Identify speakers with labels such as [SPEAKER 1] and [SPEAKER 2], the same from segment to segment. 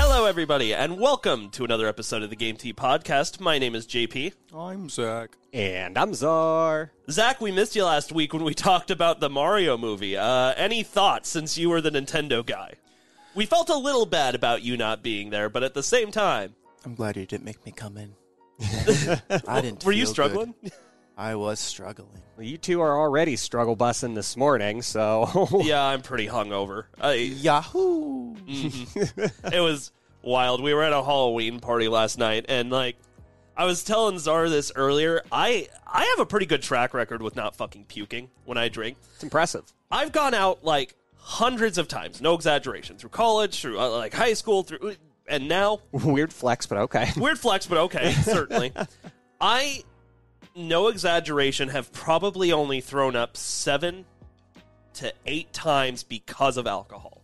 [SPEAKER 1] Hello, everybody, and welcome to another episode of the Game Tea Podcast. My name is JP.
[SPEAKER 2] I'm Zach.
[SPEAKER 3] And I'm Czar.
[SPEAKER 1] Zach, we missed you last week when we talked about the Mario movie. Uh, any thoughts since you were the Nintendo guy? We felt a little bad about you not being there, but at the same time,
[SPEAKER 2] I'm glad you didn't make me come in. I didn't.
[SPEAKER 1] were you
[SPEAKER 2] feel good.
[SPEAKER 1] struggling?
[SPEAKER 2] I was struggling.
[SPEAKER 3] Well, you two are already struggle bussing this morning, so
[SPEAKER 1] yeah, I'm pretty hungover. I, Mm-hmm.
[SPEAKER 2] Yahoo!
[SPEAKER 1] it was wild. We were at a Halloween party last night, and like, I was telling Czar this earlier. I I have a pretty good track record with not fucking puking when I drink.
[SPEAKER 3] it's impressive.
[SPEAKER 1] I've gone out like hundreds of times, no exaggeration, through college, through uh, like high school, through and now
[SPEAKER 3] Weird flex, but okay.
[SPEAKER 1] weird flex, but okay, certainly. I, no exaggeration, have probably only thrown up seven to eight times because of alcohol.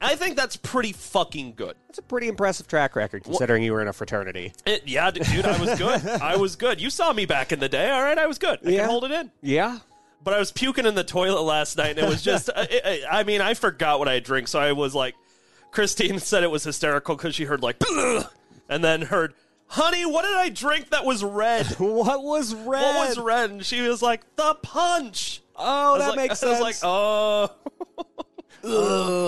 [SPEAKER 1] I think that's pretty fucking good.
[SPEAKER 3] That's a pretty impressive track record considering you were in a fraternity.
[SPEAKER 1] It, yeah, d- dude, I was good. I was good. You saw me back in the day. All right, I was good. I
[SPEAKER 3] Yeah.
[SPEAKER 1] can hold it in.
[SPEAKER 3] Yeah.
[SPEAKER 1] But I was puking in the toilet last night, and it was just, I, I, I mean, I forgot what I drink, so I was like, Christine said it was hysterical because she heard, like, and then heard, honey, what did I drink that was red?
[SPEAKER 3] What was red?
[SPEAKER 1] What was red? And she was like, the punch. I
[SPEAKER 3] Oh,
[SPEAKER 1] was
[SPEAKER 3] that
[SPEAKER 1] like-
[SPEAKER 3] makes
[SPEAKER 1] I
[SPEAKER 3] sense.
[SPEAKER 1] was like, oh.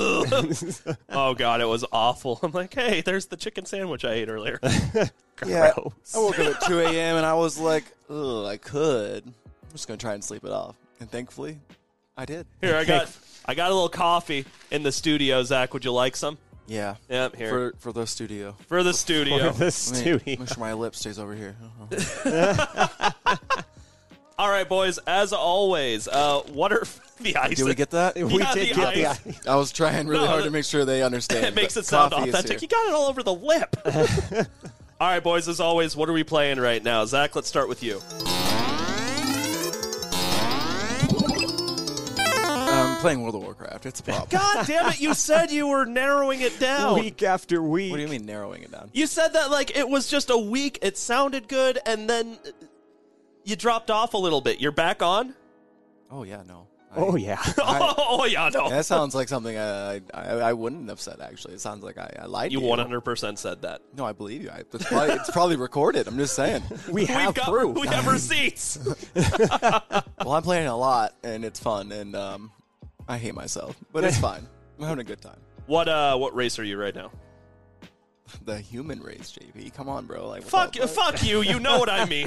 [SPEAKER 1] oh god, it was awful. I'm like, hey, there's the chicken sandwich I ate earlier.
[SPEAKER 2] Yeah,
[SPEAKER 3] Gross.
[SPEAKER 2] I woke up at 2 a.m. and I was like, "Ugh, I could." I'm just gonna try and sleep it off, and thankfully, I did.
[SPEAKER 1] Here, I got, I got a little coffee in the studio. Zach, would you like some?
[SPEAKER 2] Yeah,
[SPEAKER 1] Yeah, here for,
[SPEAKER 2] for for the studio.
[SPEAKER 1] the studio.
[SPEAKER 3] the
[SPEAKER 2] Let
[SPEAKER 3] studio.
[SPEAKER 2] me- Make sure my lip stays over here. Uh-huh.
[SPEAKER 1] All right, boys. As always, uh, what are the ice?
[SPEAKER 2] Did we get that?
[SPEAKER 3] We
[SPEAKER 1] Yeah,
[SPEAKER 3] did
[SPEAKER 1] the
[SPEAKER 3] get the
[SPEAKER 1] ice.
[SPEAKER 2] I was trying really
[SPEAKER 1] No,
[SPEAKER 2] hard
[SPEAKER 1] that-
[SPEAKER 2] to make sure they understand.
[SPEAKER 1] it makes
[SPEAKER 2] but
[SPEAKER 1] it sound
[SPEAKER 2] coffee is
[SPEAKER 1] authentic. You
[SPEAKER 2] here.
[SPEAKER 1] got it all over the lip. all right, boys. As always, what are we playing right now? Zach, let's start with you.
[SPEAKER 2] I'm playing World of Warcraft. It's a problem.
[SPEAKER 1] God damn it! You said you were narrowing it down.
[SPEAKER 3] Week after week.
[SPEAKER 2] What do you mean narrowing it down?
[SPEAKER 1] You said that like it was just a week. It sounded good, and then uh, you dropped off a little bit. You're back on.
[SPEAKER 2] Oh yeah, no. I-
[SPEAKER 3] Oh, yeah.
[SPEAKER 2] I-
[SPEAKER 1] oh yeah, no.
[SPEAKER 2] That sounds like something I, I I wouldn't have said. Actually, it sounds like I, I lied.
[SPEAKER 1] You
[SPEAKER 2] to
[SPEAKER 1] 100 percent said that.
[SPEAKER 2] No, I believe you. I, it's, probably, it's probably recorded. I'm just saying.
[SPEAKER 3] We have
[SPEAKER 1] We've got
[SPEAKER 3] proof.
[SPEAKER 1] we have receipts.
[SPEAKER 2] Well, I'm playing a lot, and it's fun, and um, I hate myself, but it's fine. I'm having a good time.
[SPEAKER 1] what uh? What race are you right now?
[SPEAKER 2] The human race, JP. Come on, bro. Like
[SPEAKER 1] Fuck,
[SPEAKER 2] without-
[SPEAKER 1] fuck you. You know what I mean.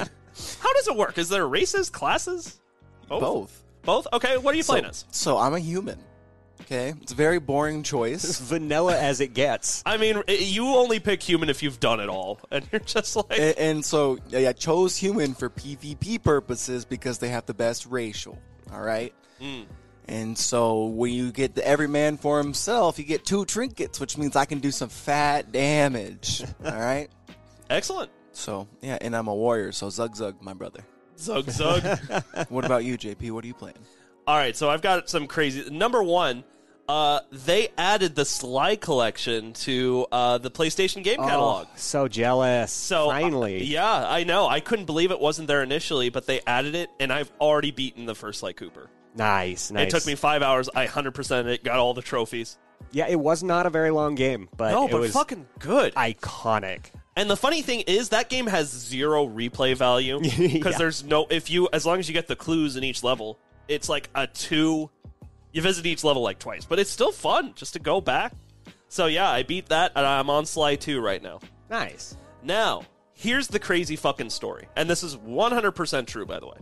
[SPEAKER 1] How does it work? Is there races, classes? Both.
[SPEAKER 2] both.
[SPEAKER 1] Both? Okay. What are you playing
[SPEAKER 2] so,
[SPEAKER 1] as?
[SPEAKER 2] so I'm a human. Okay, it's a very boring choice.
[SPEAKER 3] vanilla as it gets.
[SPEAKER 1] I mean, i- you only pick human if you've done it all, and you're just like,
[SPEAKER 2] and, and so yeah, I chose human for PvP purposes because they have the best racial. All right. And so when you get the everyman for himself, you get two trinkets, which means I can do some fat damage. all right.
[SPEAKER 1] excellent.
[SPEAKER 2] So yeah, and I'm a warrior, so Zug Zug, my brother.
[SPEAKER 1] Zug zug.
[SPEAKER 2] What about you, JP? What are you playing?
[SPEAKER 1] All right, so I've got some crazy. Number one, uh, they added the Sly collection to uh, the PlayStation game catalog.
[SPEAKER 3] so jealous.
[SPEAKER 1] Oh. So uh,
[SPEAKER 3] finally.
[SPEAKER 1] yeah, I know. I couldn't believe it wasn't there initially, but they added it, and I've already beaten the first Sly Cooper.
[SPEAKER 3] Nice, nice.
[SPEAKER 1] It took me five hours. I hundred percent it. Got all the trophies.
[SPEAKER 3] Yeah, it was not a very long game, but
[SPEAKER 1] no,
[SPEAKER 3] it
[SPEAKER 1] but
[SPEAKER 3] was
[SPEAKER 1] fucking good.
[SPEAKER 3] iconic.
[SPEAKER 1] and the funny thing is that game has zero replay value because
[SPEAKER 3] Yeah.
[SPEAKER 1] there's no if you as long as you get the clues in each level, it's like a two. You visit each level like twice, but it's still fun just to go back. So yeah, I beat that, and I'm on Sly two right now.
[SPEAKER 3] Nice.
[SPEAKER 1] Now, here's the crazy fucking story. And this is 100% true, by the way.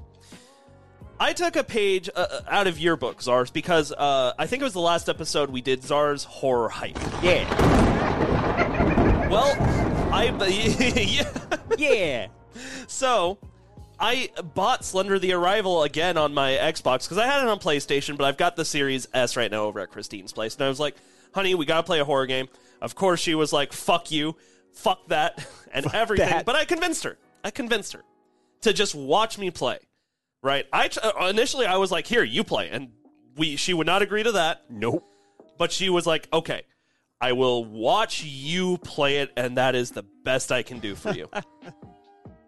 [SPEAKER 1] I took a page uh, uh, out of your book, Czars, because uh, I think it was the last episode we did Czars Horror Hype.
[SPEAKER 3] Yeah.
[SPEAKER 1] Well, I I yeah.
[SPEAKER 3] yeah.
[SPEAKER 1] So, I bought Slender the Arrival again on my Xbox because I had it on PlayStation, but I've got the Series S right now over at Christine's place. And I was like, honey, we got to play a horror game. Of course, she was like, fuck you, fuck that, and everything.
[SPEAKER 3] that.
[SPEAKER 1] But I convinced her. I convinced her to just watch me play. Right? I t- uh, initially I was like, here, you play. And we she would not agree to that
[SPEAKER 3] Nope.
[SPEAKER 1] but she was like, "Okay, I will watch you play it, and that is the best I can do for you."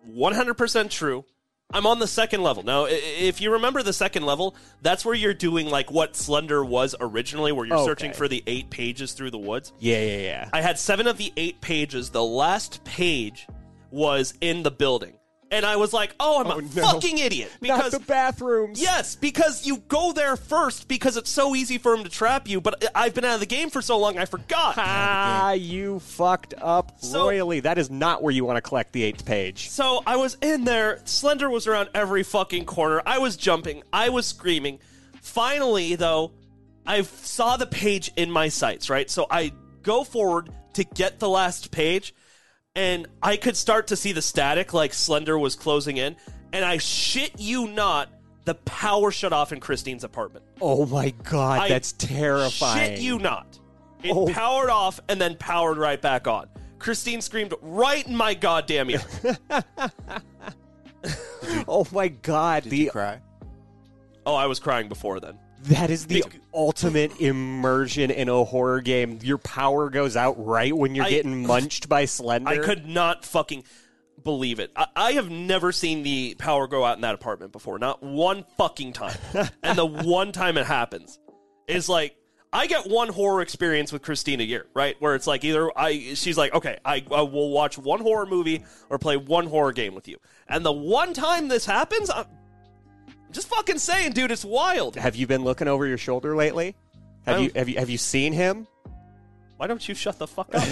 [SPEAKER 1] One hundred percent true. I'm on the second level now. i- i- If you remember the second level, that's where you're doing like what Slender was originally, where you're searching
[SPEAKER 3] Okay.
[SPEAKER 1] for the eight pages through the woods.
[SPEAKER 3] Yeah, yeah, yeah.
[SPEAKER 1] I had seven of the eight pages. The last page was in the building, and I was like, "Oh, I'm
[SPEAKER 3] Oh,
[SPEAKER 1] a
[SPEAKER 3] no.
[SPEAKER 1] fucking idiot!"
[SPEAKER 3] Not the bathrooms.
[SPEAKER 1] Yes, because you go there first because it's so easy for him to trap you. But I've been out of the game for so long, I forgot.
[SPEAKER 3] Ah, you fucked up
[SPEAKER 1] So-
[SPEAKER 3] royally. That is not where you want to collect the eighth page.
[SPEAKER 1] So I was in there. Slender was around every fucking corner. I was jumping. I was screaming. Finally, though, I saw the page in my sights, right? So I go forward to get the last page, and I could start to see the static like Slender was closing in. And I shit you not, the power shut off in Christine's apartment.
[SPEAKER 3] Oh my god,
[SPEAKER 1] I-
[SPEAKER 3] that's terrifying.
[SPEAKER 1] Shit you not. It
[SPEAKER 3] Oh.
[SPEAKER 1] powered off and then powered right back on. Christine screamed right in my goddamn ear.
[SPEAKER 3] Oh my god, the
[SPEAKER 2] Cry.
[SPEAKER 1] oh, I was crying before then.
[SPEAKER 3] that is the ultimate immersion in a horror game. Your power goes out right when you're
[SPEAKER 1] I-
[SPEAKER 3] getting munched by Slender.
[SPEAKER 1] I could not fucking believe it. I, I have never seen the power go out in that apartment before. Not one fucking time. and the one time it happens is like I get one horror experience with Christina Year, right? Where it's like either I she's like, okay, I, I will watch one horror movie or play one horror game with you. And the one time this happens, I'm just fucking saying, dude, it's wild.
[SPEAKER 3] Have you been looking over your shoulder lately? Have
[SPEAKER 1] I'm-
[SPEAKER 3] you have you have you seen him?
[SPEAKER 1] Why don't you shut the fuck up?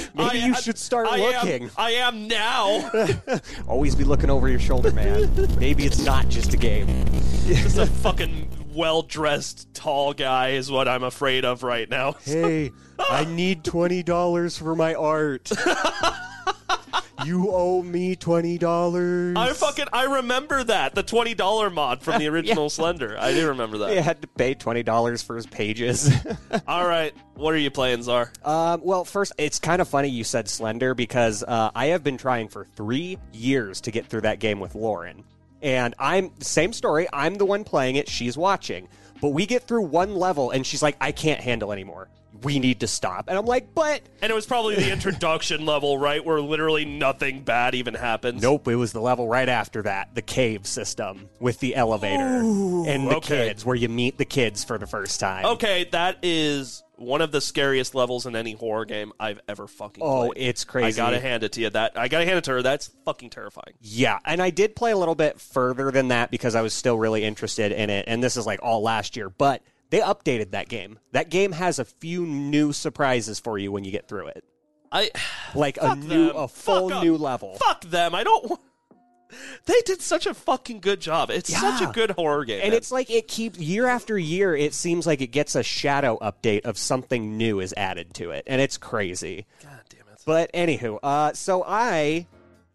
[SPEAKER 3] Maybe
[SPEAKER 1] I-
[SPEAKER 3] you
[SPEAKER 1] I-
[SPEAKER 3] should start
[SPEAKER 1] I am-
[SPEAKER 3] looking.
[SPEAKER 1] I am now.
[SPEAKER 3] Always be looking over your shoulder, man. Maybe it's not just a game.
[SPEAKER 1] Just a fucking well dressed tall guy is what I'm afraid of right now.
[SPEAKER 3] Hey, I need twenty dollars for my art. you owe me twenty dollars.
[SPEAKER 1] I fucking I remember that the twenty dollar mod from the original Slender. I do remember that.
[SPEAKER 3] I had to pay twenty dollars for his pages.
[SPEAKER 1] All right, what are you playing, Czar?
[SPEAKER 3] Um, well, first, it's kind of funny you said Slender because uh, I have been trying for three years to get through that game with Lauren. And I'm, same story, I'm the one playing it, she's watching. But we get through one level and she's like, I can't handle anymore. We need to stop. And I'm like, but.
[SPEAKER 1] And it was probably the introduction level, right, where literally nothing bad even happens.
[SPEAKER 3] Nope, it was the level right after that, the cave system with the elevator and the
[SPEAKER 1] okay.
[SPEAKER 3] kids, where you meet the kids for the first time.
[SPEAKER 1] Okay, that is one of the scariest levels in any horror game I've ever fucking
[SPEAKER 3] Oh,
[SPEAKER 1] played.
[SPEAKER 3] it's crazy.
[SPEAKER 1] I gotta hand it to you. That I gotta hand it to her. That's fucking terrifying.
[SPEAKER 3] Yeah, and I did play a little bit further than that because I was still really interested in it, and this is like all last year, but they updated that game. That game has a few new surprises for you when you get through it.
[SPEAKER 1] I
[SPEAKER 3] Like a
[SPEAKER 1] Fuck
[SPEAKER 3] new
[SPEAKER 1] them.
[SPEAKER 3] a
[SPEAKER 1] Fuck
[SPEAKER 3] full
[SPEAKER 1] 'em.
[SPEAKER 3] new level.
[SPEAKER 1] Fuck them. I don't. wa- They did such a fucking good job. It's such a
[SPEAKER 3] Yeah.
[SPEAKER 1] good horror game.
[SPEAKER 3] And
[SPEAKER 1] man.
[SPEAKER 3] it's like it keeps year after year it seems like it gets a shadow update of something new is added to it, and it's crazy.
[SPEAKER 1] God damn it.
[SPEAKER 3] But anywho, uh, so I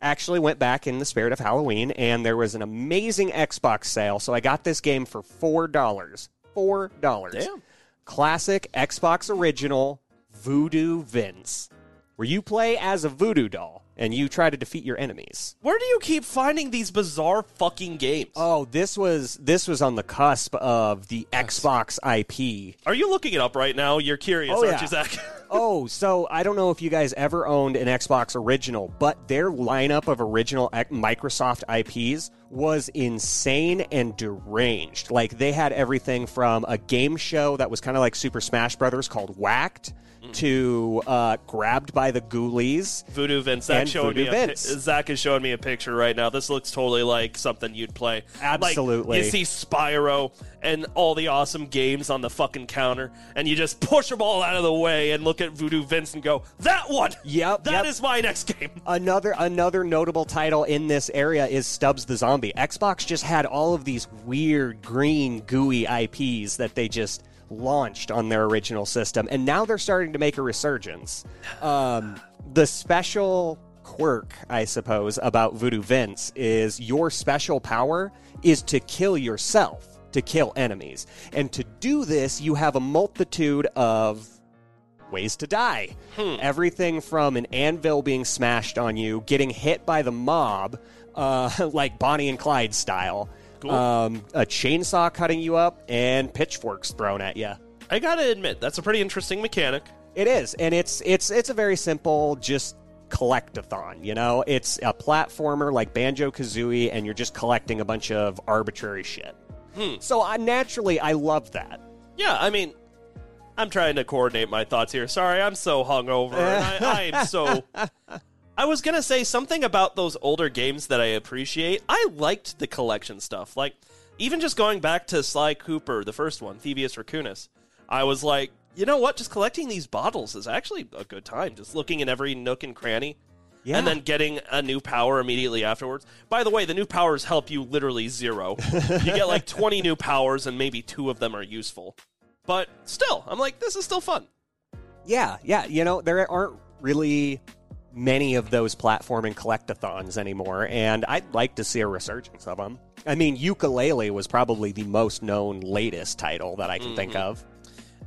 [SPEAKER 3] actually went back in the spirit of Halloween, and there was an amazing Xbox sale. So I got this game for four dollars. Four dollars.
[SPEAKER 1] Damn.
[SPEAKER 3] Classic Xbox original Voodoo Vince, where you play as a voodoo doll and you try to defeat your enemies.
[SPEAKER 1] Where do you keep finding these bizarre fucking games?
[SPEAKER 3] Oh, this was this was on the cusp of the Xbox IP.
[SPEAKER 1] Are you looking it up right now? You're curious,
[SPEAKER 3] Oh,
[SPEAKER 1] aren't
[SPEAKER 3] yeah.
[SPEAKER 1] you, Zach?
[SPEAKER 3] Oh, so I don't know if you guys ever owned an Xbox original, but their lineup of original X- Microsoft IPs was insane and deranged. Like they had everything from a game show that was kind of like Super Smash Brothers called Whacked to uh, Grabbed by the Ghoulies.
[SPEAKER 1] Voodoo Vince. Zach,
[SPEAKER 3] And
[SPEAKER 1] showing me
[SPEAKER 3] Voodoo
[SPEAKER 1] a pi-
[SPEAKER 3] Vince.
[SPEAKER 1] Zach is showing me a picture right now. This looks totally like something you'd play. Like,
[SPEAKER 3] Absolutely.
[SPEAKER 1] you see Spyro and all the awesome games on the fucking counter, and you just push them all out of the way and look at Voodoo Vince and go, "That one.
[SPEAKER 3] Yep,
[SPEAKER 1] that
[SPEAKER 3] yep.
[SPEAKER 1] is my next game."
[SPEAKER 3] Another another notable title in this area is Stubbs the Zombie. Xbox just had all of these weird green gooey IPs that they just launched on their original system, and now they're starting to make a resurgence. Um, the special quirk, I suppose, about Voodoo Vince is your special power is to kill yourself, to kill enemies. And to do this, you have a multitude of ways to die. Everything from an anvil being smashed on you, getting hit by the mob, uh, like Bonnie and Clyde style, um, a chainsaw cutting you up, and pitchforks thrown at you.
[SPEAKER 1] I gotta admit, that's a pretty interesting mechanic.
[SPEAKER 3] It is, and it's it's it's a very simple just collectathon. You know, it's a platformer like Banjo Kazooie, and you're just collecting a bunch of arbitrary shit. So I, naturally, I love that.
[SPEAKER 1] Yeah, I mean, I'm trying to coordinate my thoughts here. Sorry, I'm so hungover. and I, I am so. I was gonna say something about those older games that I appreciate. I liked the collection stuff, like even just going back to Sly Cooper, the first one, Thievius Racunus. I was like, you know what? Just collecting these bottles is actually a good time. Just looking in every nook and cranny.
[SPEAKER 3] Yeah.
[SPEAKER 1] And then getting a new power immediately afterwards. By the way, the new powers help you literally zero. you get like 20 new powers, and maybe two of them are useful. But still, I'm like, this is still fun.
[SPEAKER 3] Yeah, yeah. You know, there aren't really many of those platforming collectathons anymore, and I'd like to see a resurgence of them. I mean, Ukulele was probably the most known latest title that I can think of.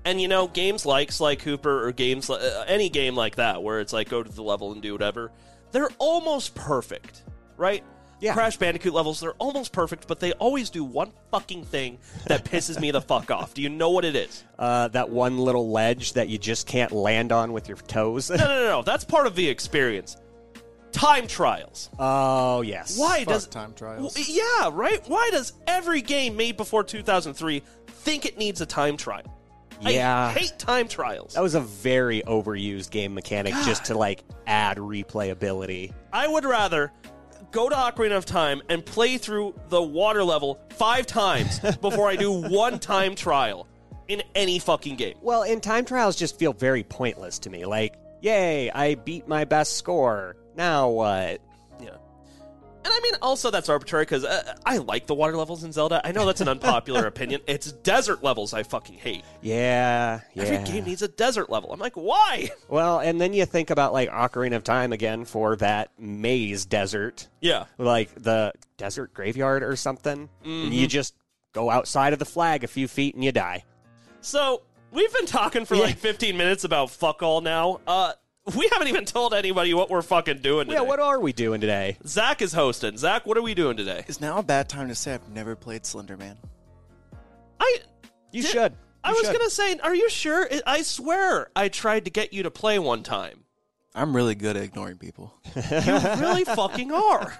[SPEAKER 1] And you know, games like Sly Cooper or games like uh, any game like that, where it's like go to the level and do whatever, they're almost perfect, right?
[SPEAKER 3] Yeah.
[SPEAKER 1] Crash Bandicoot levels, they're almost perfect, but they always do one fucking thing that pisses me the fuck off. Do you know what it is?
[SPEAKER 3] Uh, that one little ledge that you just can't land on with your toes.
[SPEAKER 1] No, no, no, no. That's part of the experience. Time trials.
[SPEAKER 3] oh, yes.
[SPEAKER 1] Why does
[SPEAKER 2] time trials.
[SPEAKER 1] W- yeah, right. Why does every game made before 2003 think it needs a time trial? I
[SPEAKER 3] Yeah.
[SPEAKER 1] hate time trials.
[SPEAKER 3] That was a very overused game mechanic just to like add replayability.
[SPEAKER 1] I would rather go to Ocarina of Time and play through the water level five times before I do one time trial in any fucking game.
[SPEAKER 3] Well, and time trials just feel very pointless to me. Like, yay, I beat my best score. Now what?
[SPEAKER 1] Yeah. And I mean, also that's arbitrary because uh, I like the water levels in Zelda. I know that's an unpopular opinion. It's desert levels I fucking hate.
[SPEAKER 3] Yeah, yeah.
[SPEAKER 1] Every game needs a desert level. I'm like, why?
[SPEAKER 3] well, and then you think about like Ocarina of Time again for that maze desert,
[SPEAKER 1] Yeah.
[SPEAKER 3] like the desert graveyard or something. And
[SPEAKER 1] Mm-hmm.
[SPEAKER 3] you just go outside of the flag a few feet and you die.
[SPEAKER 1] So we've been talking for like 15 minutes about fuck all now. Uh, we haven't even told anybody what we're fucking doing today.
[SPEAKER 3] Yeah, what are we doing today?
[SPEAKER 1] Zach is hosting. Zach, what are we doing today?
[SPEAKER 2] Is now a bad time to say I've never played Slender Man?
[SPEAKER 1] I
[SPEAKER 3] You
[SPEAKER 1] Did-
[SPEAKER 3] should.
[SPEAKER 1] I
[SPEAKER 3] You
[SPEAKER 1] was
[SPEAKER 3] should.
[SPEAKER 1] gonna say, are you sure? I- I swear, I tried to get you to play one time.
[SPEAKER 2] I'm really good at ignoring people.
[SPEAKER 1] You really fucking are.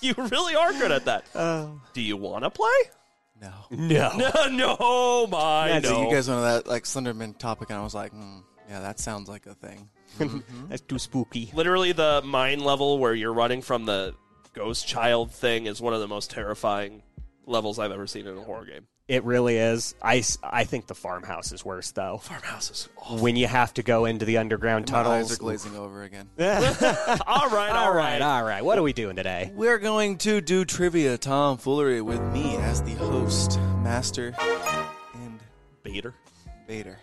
[SPEAKER 1] You really are good at that.
[SPEAKER 3] Um,
[SPEAKER 1] Do you want to play?
[SPEAKER 2] No.
[SPEAKER 3] No.
[SPEAKER 1] No, no, my
[SPEAKER 3] That's-
[SPEAKER 1] no.
[SPEAKER 2] You guys went on that like Slenderman topic, and I was like, hmm, yeah, that sounds like a thing.
[SPEAKER 1] Mm-hmm.
[SPEAKER 3] That's too spooky.
[SPEAKER 1] Literally, the mine level where you're running from the ghost child thing is one of the most terrifying levels I've ever seen in a horror game.
[SPEAKER 3] It really is. I, s- I think the farmhouse is worse though.
[SPEAKER 1] Farmhouse is awful.
[SPEAKER 3] When you have to go into the underground
[SPEAKER 2] My eyes are
[SPEAKER 3] tunnels.
[SPEAKER 2] glazing over again.
[SPEAKER 1] all right, all
[SPEAKER 3] all right, uh,
[SPEAKER 1] right.
[SPEAKER 3] all right. What are we doing today?
[SPEAKER 2] We're going to do trivia tomfoolery with me as the host, master, and
[SPEAKER 1] Bader.
[SPEAKER 2] Vader.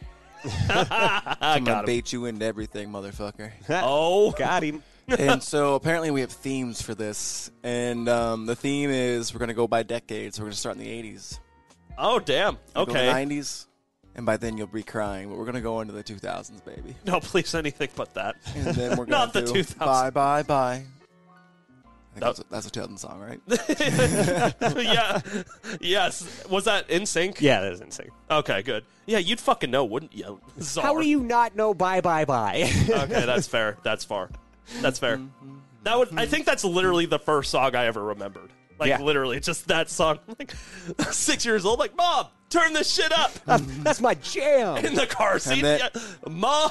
[SPEAKER 2] I'm gonna bait you into everything, motherfucker.
[SPEAKER 1] Oh,
[SPEAKER 3] Got him.
[SPEAKER 2] and so apparently we have themes for this, and um, the theme is we're gonna go by decades. We're gonna start in the '80s,
[SPEAKER 1] oh, damn.
[SPEAKER 2] go to the
[SPEAKER 1] Okay.
[SPEAKER 2] '90s, and by then you'll be crying. But we're gonna go into the 2000s, baby.
[SPEAKER 1] No, please, anything but that.
[SPEAKER 2] And then we're gonna
[SPEAKER 1] Not the
[SPEAKER 2] do
[SPEAKER 1] 2000s.
[SPEAKER 2] Bye, bye, bye. I think
[SPEAKER 1] That-
[SPEAKER 2] that's, a, that's a 2000 song, right?
[SPEAKER 1] yeah. Yes. Was that in sync?
[SPEAKER 3] Yeah, that is insane.
[SPEAKER 1] Okay, good. Yeah, you'd fucking know, wouldn't you? Czar.
[SPEAKER 3] How do you not know bye bye bye?
[SPEAKER 1] Okay, that's fair. That's far. That's fair. That would. I think that's literally the first song I ever remembered. Like
[SPEAKER 3] Yeah.
[SPEAKER 1] literally, just that song. Like six years old. Like mom, turn this shit up
[SPEAKER 3] That's my jam.
[SPEAKER 1] in the car seat.
[SPEAKER 2] then-
[SPEAKER 1] Yeah. Mom.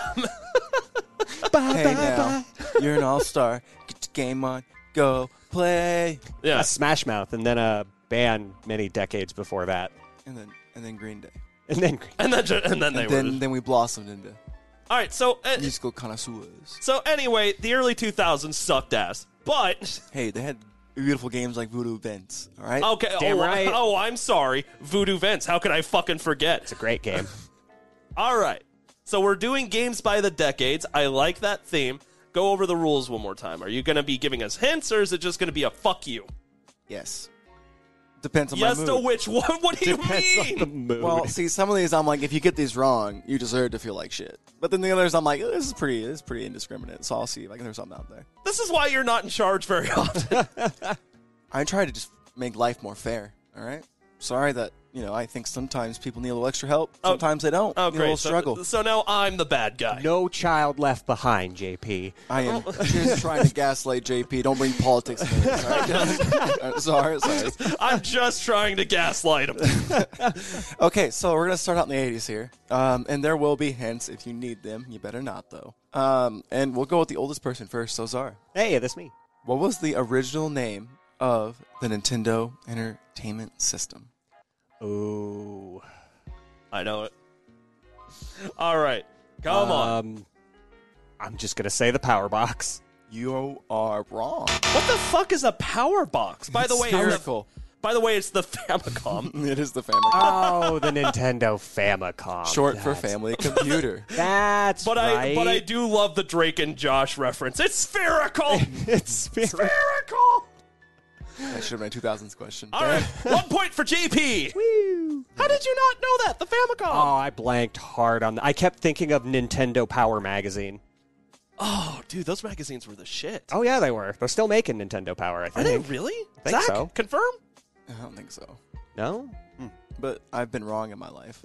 [SPEAKER 3] bye
[SPEAKER 2] hey, now, you're an all star. Get your game on. Go play.
[SPEAKER 1] Yeah.
[SPEAKER 3] A uh, Smash Mouth, and then a band many decades before that,
[SPEAKER 2] And then, and then Green Day.
[SPEAKER 3] and then
[SPEAKER 1] And then ju- and then they
[SPEAKER 2] Then,
[SPEAKER 1] were.
[SPEAKER 2] then we blossomed into
[SPEAKER 1] All right. So uh,
[SPEAKER 2] musical connoisseurs.
[SPEAKER 1] so anyway, the early 2000s sucked ass, but.
[SPEAKER 2] Hey, they had beautiful games like Voodoo Vents, all right?
[SPEAKER 1] Okay.
[SPEAKER 3] Damn
[SPEAKER 1] oh, I-
[SPEAKER 3] right.
[SPEAKER 1] oh, I'm sorry. Voodoo Vents. How could I fucking forget?
[SPEAKER 3] it's a great game.
[SPEAKER 1] All right. So we're doing games by the decades. I like that theme. Go over the rules one more time. Are you going to be giving us hints or is it just going to be a fuck you?
[SPEAKER 2] Yes. Depends on
[SPEAKER 1] Yes
[SPEAKER 2] my mood.
[SPEAKER 1] to which one? What do you
[SPEAKER 3] Depends on
[SPEAKER 1] mean?
[SPEAKER 3] the mood.
[SPEAKER 2] Well, see, some of these I'm like, if you get these wrong, you deserve to feel like shit. But then the others I'm like, oh, this is pretty, this is pretty indiscriminate. So I'll see if I can throw something out there.
[SPEAKER 1] This is why you're not in charge very often.
[SPEAKER 2] I try to just make life more fair. All right. Sorry that you know I think sometimes people need a little extra help. Sometimes they don't.
[SPEAKER 1] Oh,
[SPEAKER 2] Need a little
[SPEAKER 1] great. So-
[SPEAKER 2] struggle.
[SPEAKER 1] So, now I'm the bad guy.
[SPEAKER 3] no child left behind, JP.
[SPEAKER 2] I am
[SPEAKER 1] Oh.
[SPEAKER 2] just trying to gaslight JP. Don't bring politics into this. All right? Uh, sorry, sorry.
[SPEAKER 1] I'm just trying to gaslight him.
[SPEAKER 2] Okay, so we're gonna start out in the '80s here, um, and there will be hints if you need them. You better not though. Um, and we'll go with the oldest person first. So Zara,
[SPEAKER 3] Hey, that's me.
[SPEAKER 2] what was the original name of the Nintendo Entertainment System?
[SPEAKER 3] Ooh.
[SPEAKER 1] I know it. All right. Come on.
[SPEAKER 3] Um, I'm just gonna say the power box.
[SPEAKER 2] You are wrong.
[SPEAKER 1] What the fuck is a power box? By the way, it's the,
[SPEAKER 2] Spherical.
[SPEAKER 1] by the way, it's the Famicom.
[SPEAKER 2] It is the family.
[SPEAKER 1] Ah,
[SPEAKER 3] Oh, the Nintendo Famicom.
[SPEAKER 2] Short for
[SPEAKER 3] That's-
[SPEAKER 2] family computer.
[SPEAKER 3] That's
[SPEAKER 1] But I
[SPEAKER 3] right.
[SPEAKER 1] but I do love the Drake and Josh reference. It's spherical.
[SPEAKER 3] It's spherical.
[SPEAKER 1] spherical.
[SPEAKER 2] That should have been a 2000s question.
[SPEAKER 1] All right. One point for JP.
[SPEAKER 3] Woo.
[SPEAKER 1] How did you not know that? The Famicom.
[SPEAKER 3] Oh, I blanked hard on. The, I kept thinking of Nintendo Power Magazine.
[SPEAKER 1] Oh, dude, those magazines were the shit.
[SPEAKER 3] Oh yeah, they were. They're still making Nintendo Power. I
[SPEAKER 1] Are
[SPEAKER 3] think.
[SPEAKER 1] they really?
[SPEAKER 3] Think
[SPEAKER 1] Zach,
[SPEAKER 3] so.
[SPEAKER 1] confirm?
[SPEAKER 2] I don't think so.
[SPEAKER 3] No.
[SPEAKER 2] But I've been wrong in my life.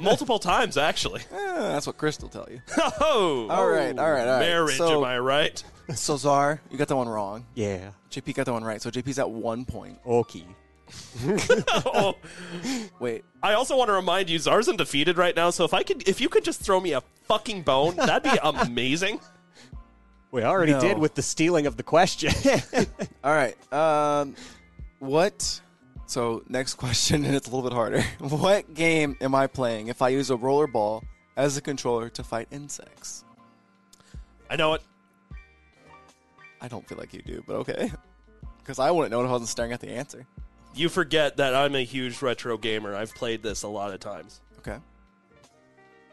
[SPEAKER 1] Multiple times, actually.
[SPEAKER 2] Eh, that's what Chris will tell you.
[SPEAKER 1] Oh,
[SPEAKER 2] All right, all right, all right.
[SPEAKER 1] marriage, am
[SPEAKER 2] So,
[SPEAKER 1] I right?
[SPEAKER 2] so Czar, you got that one wrong.
[SPEAKER 3] Yeah.
[SPEAKER 2] JP got that one right. So JP's at one point.
[SPEAKER 3] Okay.
[SPEAKER 1] oh,
[SPEAKER 2] Wait,
[SPEAKER 1] I also want to remind you, Zar's undefeated right now. So if I could, if you could just throw me a fucking bone, that'd be amazing.
[SPEAKER 3] We already
[SPEAKER 2] No.
[SPEAKER 3] did with the stealing of the question.
[SPEAKER 2] all right. Um, what? So next question, and it's a little bit harder. What game am I playing if I use a roller ball as a controller to fight insects?
[SPEAKER 1] I know it.
[SPEAKER 2] I don't feel like you do, but okay. Because I wouldn't know if I wasn't staring at the answer.
[SPEAKER 1] You forget that I'm a huge retro gamer. I've played this a lot of times.
[SPEAKER 2] Okay.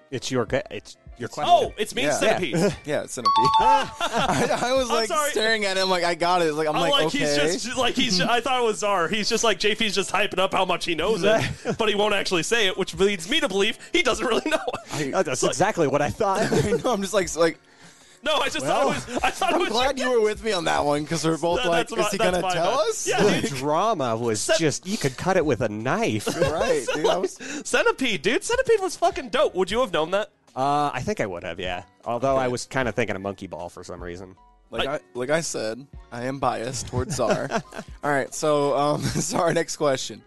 [SPEAKER 3] it's your. gu- It's your question.
[SPEAKER 1] Oh, it's me,
[SPEAKER 2] Yeah.
[SPEAKER 1] Centipede.
[SPEAKER 2] Yeah, it's centipede. I, I was like
[SPEAKER 1] sorry.
[SPEAKER 2] staring at him, like I got it. It's Like I'm,
[SPEAKER 1] I'm like,
[SPEAKER 2] like, okay.
[SPEAKER 1] he's just like he's. I thought it was Zar. He's just like JP's just hyping up how much he knows it, but he won't actually say it, which leads me to believe he doesn't really know. it.
[SPEAKER 3] Oh, that's exactly what I thought.
[SPEAKER 2] I know, I'm just like, like
[SPEAKER 1] No, I just
[SPEAKER 3] Well,
[SPEAKER 1] thought it was. I thought it
[SPEAKER 2] I'm
[SPEAKER 1] was
[SPEAKER 2] glad you were with me on that one because we're both
[SPEAKER 1] That-
[SPEAKER 2] like,
[SPEAKER 1] that's my-
[SPEAKER 2] is he
[SPEAKER 1] that's
[SPEAKER 2] gonna
[SPEAKER 1] my
[SPEAKER 2] tell
[SPEAKER 1] bad.
[SPEAKER 2] us?
[SPEAKER 1] Yeah.
[SPEAKER 3] the drama was just. You could cut it with a knife.
[SPEAKER 2] right, dude. I was,
[SPEAKER 1] Centipede, dude. Centipede was fucking dope. Would you have known that?
[SPEAKER 3] Uh, I think I would have, yeah. Although I was kind of thinking of Monkey Ball for some reason.
[SPEAKER 2] like I like I said, I am biased towards Czar. All right, so um, Czar, next question: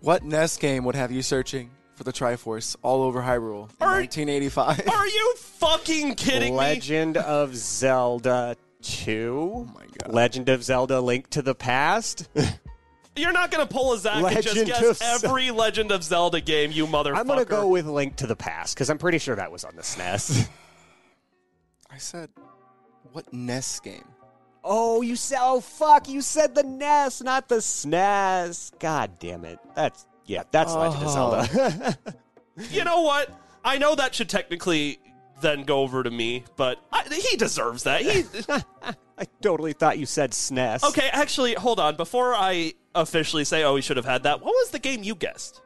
[SPEAKER 2] What NES game would have you searching for the Triforce all over Hyrule in
[SPEAKER 1] Are-
[SPEAKER 2] 1985?
[SPEAKER 1] Are you fucking kidding me?
[SPEAKER 3] Legend of Zelda 2. Oh
[SPEAKER 2] my God.
[SPEAKER 3] Legend of Zelda Link to the Past.
[SPEAKER 1] You're not gonna pull a Zach and
[SPEAKER 3] Legend
[SPEAKER 1] just
[SPEAKER 3] of
[SPEAKER 1] guess
[SPEAKER 3] Zelda.
[SPEAKER 1] every Legend of Zelda game, you motherfucker.
[SPEAKER 3] I'm going to go with Link to the Past because I'm pretty sure that was on the E SNES.
[SPEAKER 2] I said, what NES game?
[SPEAKER 3] oh, you said, oh, fuck, you said the NES, not the SNES. God damn it. That's, yeah, that's Legend of Zelda.
[SPEAKER 1] You know what? I know that should technically then go over to me, but I, he deserves that. He
[SPEAKER 3] I totally thought you said E SNES.
[SPEAKER 1] okay. Actually, hold on. Before I officially say, oh, we should have had that. What was the game you guessed?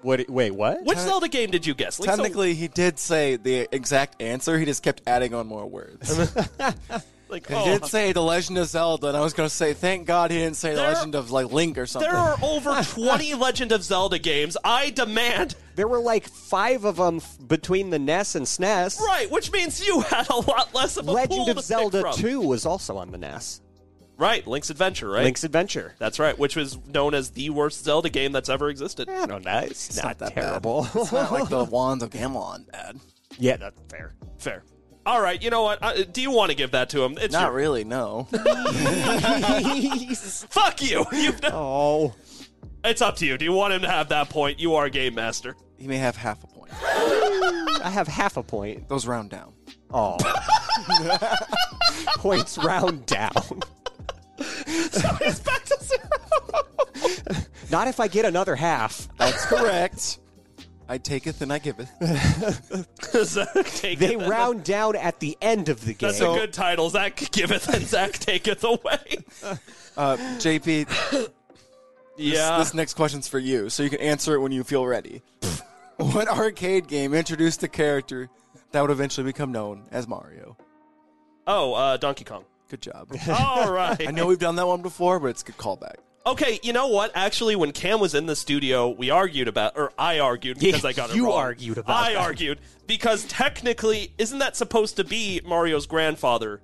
[SPEAKER 3] What, wait, what?
[SPEAKER 1] Which Zelda game did you guess? Link to-
[SPEAKER 2] Technically, he did say the exact answer. He just kept adding on more words.
[SPEAKER 1] like,
[SPEAKER 2] He
[SPEAKER 1] oh,
[SPEAKER 2] did say The Legend of Zelda, and I was going to say, thank God he didn't say The
[SPEAKER 1] There-
[SPEAKER 2] Legend of like Link or something.
[SPEAKER 1] there are over 20 Legend of Zelda games. I demand
[SPEAKER 3] There were like five of them f- between the NES and SNES.
[SPEAKER 1] right, which means you had a lot less of a pool
[SPEAKER 3] Legend
[SPEAKER 1] to
[SPEAKER 3] of
[SPEAKER 1] pick
[SPEAKER 3] Zelda
[SPEAKER 1] from.
[SPEAKER 3] 2 was also on the NES.
[SPEAKER 1] Right, Link's Adventure, right?
[SPEAKER 3] Link's Adventure.
[SPEAKER 1] That's right, which was known as the worst Zelda game that's ever existed.
[SPEAKER 3] I don't know. It's, not,
[SPEAKER 2] that bad.
[SPEAKER 3] terrible.
[SPEAKER 2] It's not like the Wands of Gamelon, bad.
[SPEAKER 3] yeah, that's fair.
[SPEAKER 1] Fair. All right, you know what? Uh, do you want to give that to him? It's
[SPEAKER 2] Not
[SPEAKER 1] your-
[SPEAKER 2] really, no.
[SPEAKER 1] Fuck you. You've done-
[SPEAKER 3] oh.
[SPEAKER 1] It's up to you. Do you want him to have that point? You are game master.
[SPEAKER 2] he may have half a point.
[SPEAKER 3] I have half a point.
[SPEAKER 2] Those round down.
[SPEAKER 3] Oh. Points round down.
[SPEAKER 1] He's back to zero.
[SPEAKER 3] Not if I get another half.
[SPEAKER 2] That's correct. I taketh and I giveth.
[SPEAKER 1] Zach taketh.
[SPEAKER 3] They round down at the end of the game.
[SPEAKER 1] That's a good title. Zach giveth and Zach taketh away.
[SPEAKER 2] Uh, JP, this,
[SPEAKER 1] yeah.
[SPEAKER 2] this next question's for you, so you can answer it when you feel ready. what arcade game introduced a character that would eventually become known as Mario?
[SPEAKER 1] oh, uh, Donkey Kong.
[SPEAKER 2] Good job.
[SPEAKER 1] All right.
[SPEAKER 2] I know we've done that one before, but it's a good callback.
[SPEAKER 1] Okay, you know what? Actually, when Cam was in the studio, we argued about, or I argued because
[SPEAKER 3] Yeah,
[SPEAKER 1] I got it
[SPEAKER 3] you
[SPEAKER 1] wrong.
[SPEAKER 3] argued about
[SPEAKER 1] I
[SPEAKER 3] that.
[SPEAKER 1] argued because technically, isn't that supposed to be Mario's grandfather?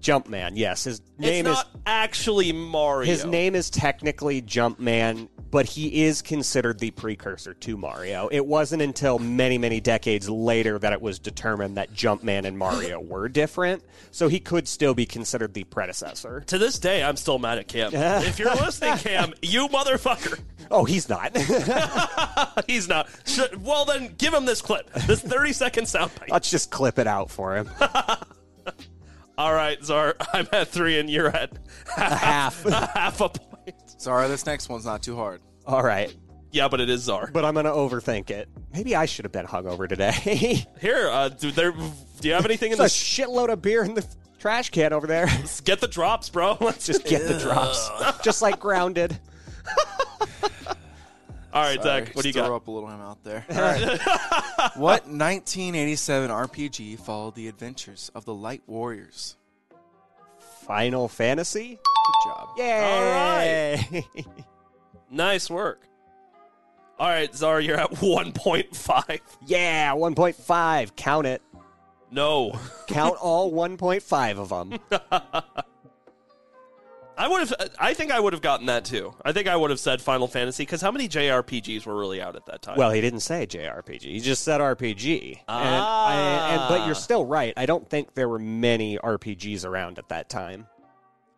[SPEAKER 3] Jumpman, yes. His name
[SPEAKER 1] it's
[SPEAKER 3] is
[SPEAKER 1] not actually Mario.
[SPEAKER 3] his name is technically Jumpman, but he is considered the precursor to Mario. It wasn't until many, many decades later that it was determined that Jumpman and Mario were different, so he could still be considered the predecessor.
[SPEAKER 1] To this day, I'm still mad at Cam. if you're listening, Cam, you motherfucker.
[SPEAKER 3] Oh, he's not.
[SPEAKER 1] He's not. Sh- well, then give him this clip, this 30 second soundbite.
[SPEAKER 3] Let's just clip it out for him.
[SPEAKER 1] All right, Czar, I'm at three and you're at
[SPEAKER 3] Half.
[SPEAKER 1] half a point.
[SPEAKER 2] Sorry, this next one's not too hard.
[SPEAKER 3] All right.
[SPEAKER 1] Yeah, but it is Czar.
[SPEAKER 3] But I'm going to overthink it. Maybe I should have been hungover today.
[SPEAKER 1] Here, uh, do, there, do you have anything in
[SPEAKER 3] It's a
[SPEAKER 1] the
[SPEAKER 3] shitload of beer in the trash can over there.
[SPEAKER 1] Get the drops, bro. Let's just.
[SPEAKER 3] Just get the drops. Just like grounded.
[SPEAKER 1] All right,
[SPEAKER 2] Sorry,
[SPEAKER 1] Zach. What do you
[SPEAKER 2] stir
[SPEAKER 1] got?
[SPEAKER 2] up a little him out there. All right. what 1987 RPG followed the adventures of the Light Warriors?
[SPEAKER 3] Final Fantasy?
[SPEAKER 2] Good job.
[SPEAKER 3] Yay!
[SPEAKER 1] Nice work. All right, Czar, you're at 1.5.
[SPEAKER 3] yeah, 1.5. Count it.
[SPEAKER 1] No,
[SPEAKER 3] Count all 1.5 of them.
[SPEAKER 1] I would have. I think I would have gotten that too. I think I would have said Final Fantasy because how many JRPGs were really out at that time?
[SPEAKER 3] Well, he didn't say JRPG. He just said RPG. And-
[SPEAKER 1] Ah.
[SPEAKER 3] and- but you're still right. I don't think there were many RPGs around at that time.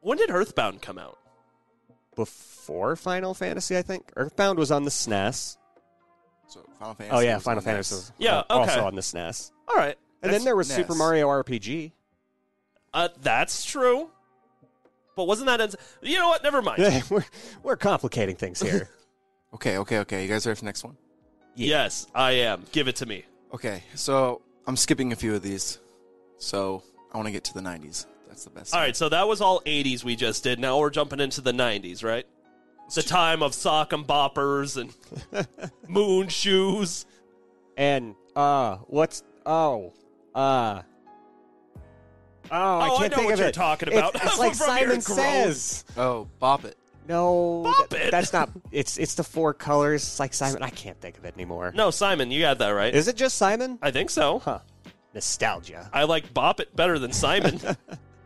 [SPEAKER 1] when did Earthbound come out?
[SPEAKER 3] Before Final Fantasy, I think. Earthbound was on the SNES.
[SPEAKER 2] So Final Fantasy.
[SPEAKER 3] Oh, yeah,
[SPEAKER 2] was
[SPEAKER 3] Final
[SPEAKER 2] on next.
[SPEAKER 3] Fantasy was
[SPEAKER 1] Yeah, okay.
[SPEAKER 3] also on the SNES.
[SPEAKER 1] All right,
[SPEAKER 3] And then there was
[SPEAKER 2] SNES.
[SPEAKER 3] Super Mario RPG.
[SPEAKER 1] uh, that's true. But wasn't that? ins- you know what? Never mind.
[SPEAKER 3] we're, we're complicating things here.
[SPEAKER 2] Okay, okay, okay. You guys ready for the next one?
[SPEAKER 1] Yes, I am. Give it to me.
[SPEAKER 2] Okay, so I'm skipping a few of these. So I want to get to the 90s. That's the best.
[SPEAKER 1] All right, so that was all 80s we just did. Now we're jumping into the 90s, right? The time of sock and boppers and moon shoes.
[SPEAKER 3] and, uh, what's. Oh. Uh. Oh, I
[SPEAKER 1] Oh, I
[SPEAKER 3] can't
[SPEAKER 1] know
[SPEAKER 3] think
[SPEAKER 1] what
[SPEAKER 3] of
[SPEAKER 1] you're
[SPEAKER 3] it.
[SPEAKER 1] talking
[SPEAKER 3] It's-
[SPEAKER 1] about.
[SPEAKER 3] It's, like
[SPEAKER 1] From your
[SPEAKER 3] Simon
[SPEAKER 1] groan.
[SPEAKER 3] Says.
[SPEAKER 2] Oh, bop it.
[SPEAKER 3] No,
[SPEAKER 1] Bop
[SPEAKER 3] that-
[SPEAKER 1] it.
[SPEAKER 3] that's not. It's it's the four colors. It's like Simon. I can't think of it anymore.
[SPEAKER 1] No, Simon, you got that right.
[SPEAKER 3] Is it just Simon?
[SPEAKER 1] I think so.
[SPEAKER 3] Huh. Nostalgia.
[SPEAKER 1] I like Bop It better than Simon.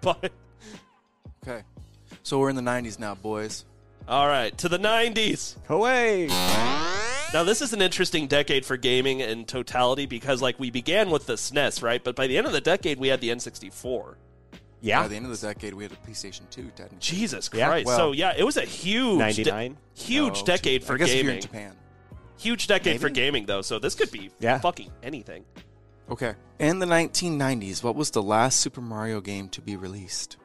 [SPEAKER 1] but
[SPEAKER 2] Okay. So we're in the 90s now, boys.
[SPEAKER 1] all right, to the 90s.
[SPEAKER 3] Away.
[SPEAKER 1] Now this is an interesting decade for gaming in totality because like we began with the SNES, right? But by the end of the decade we had the N64.
[SPEAKER 2] By
[SPEAKER 3] Yeah.
[SPEAKER 2] the end of the decade, we had a PlayStation 2, technically.
[SPEAKER 1] Jesus
[SPEAKER 3] Yeah,
[SPEAKER 1] Christ.
[SPEAKER 2] well-
[SPEAKER 1] so yeah, it was a huge de-
[SPEAKER 3] 99?
[SPEAKER 1] huge
[SPEAKER 2] Oh,
[SPEAKER 1] decade
[SPEAKER 2] two-
[SPEAKER 1] for
[SPEAKER 2] I guess if you're
[SPEAKER 1] gaming.
[SPEAKER 2] in Japan.
[SPEAKER 1] Huge decade for
[SPEAKER 2] Maybe.
[SPEAKER 1] gaming though. So this could be
[SPEAKER 3] Yeah.
[SPEAKER 1] fucking anything.
[SPEAKER 2] Okay. In the 1990s, what was the last Super Mario game to be released?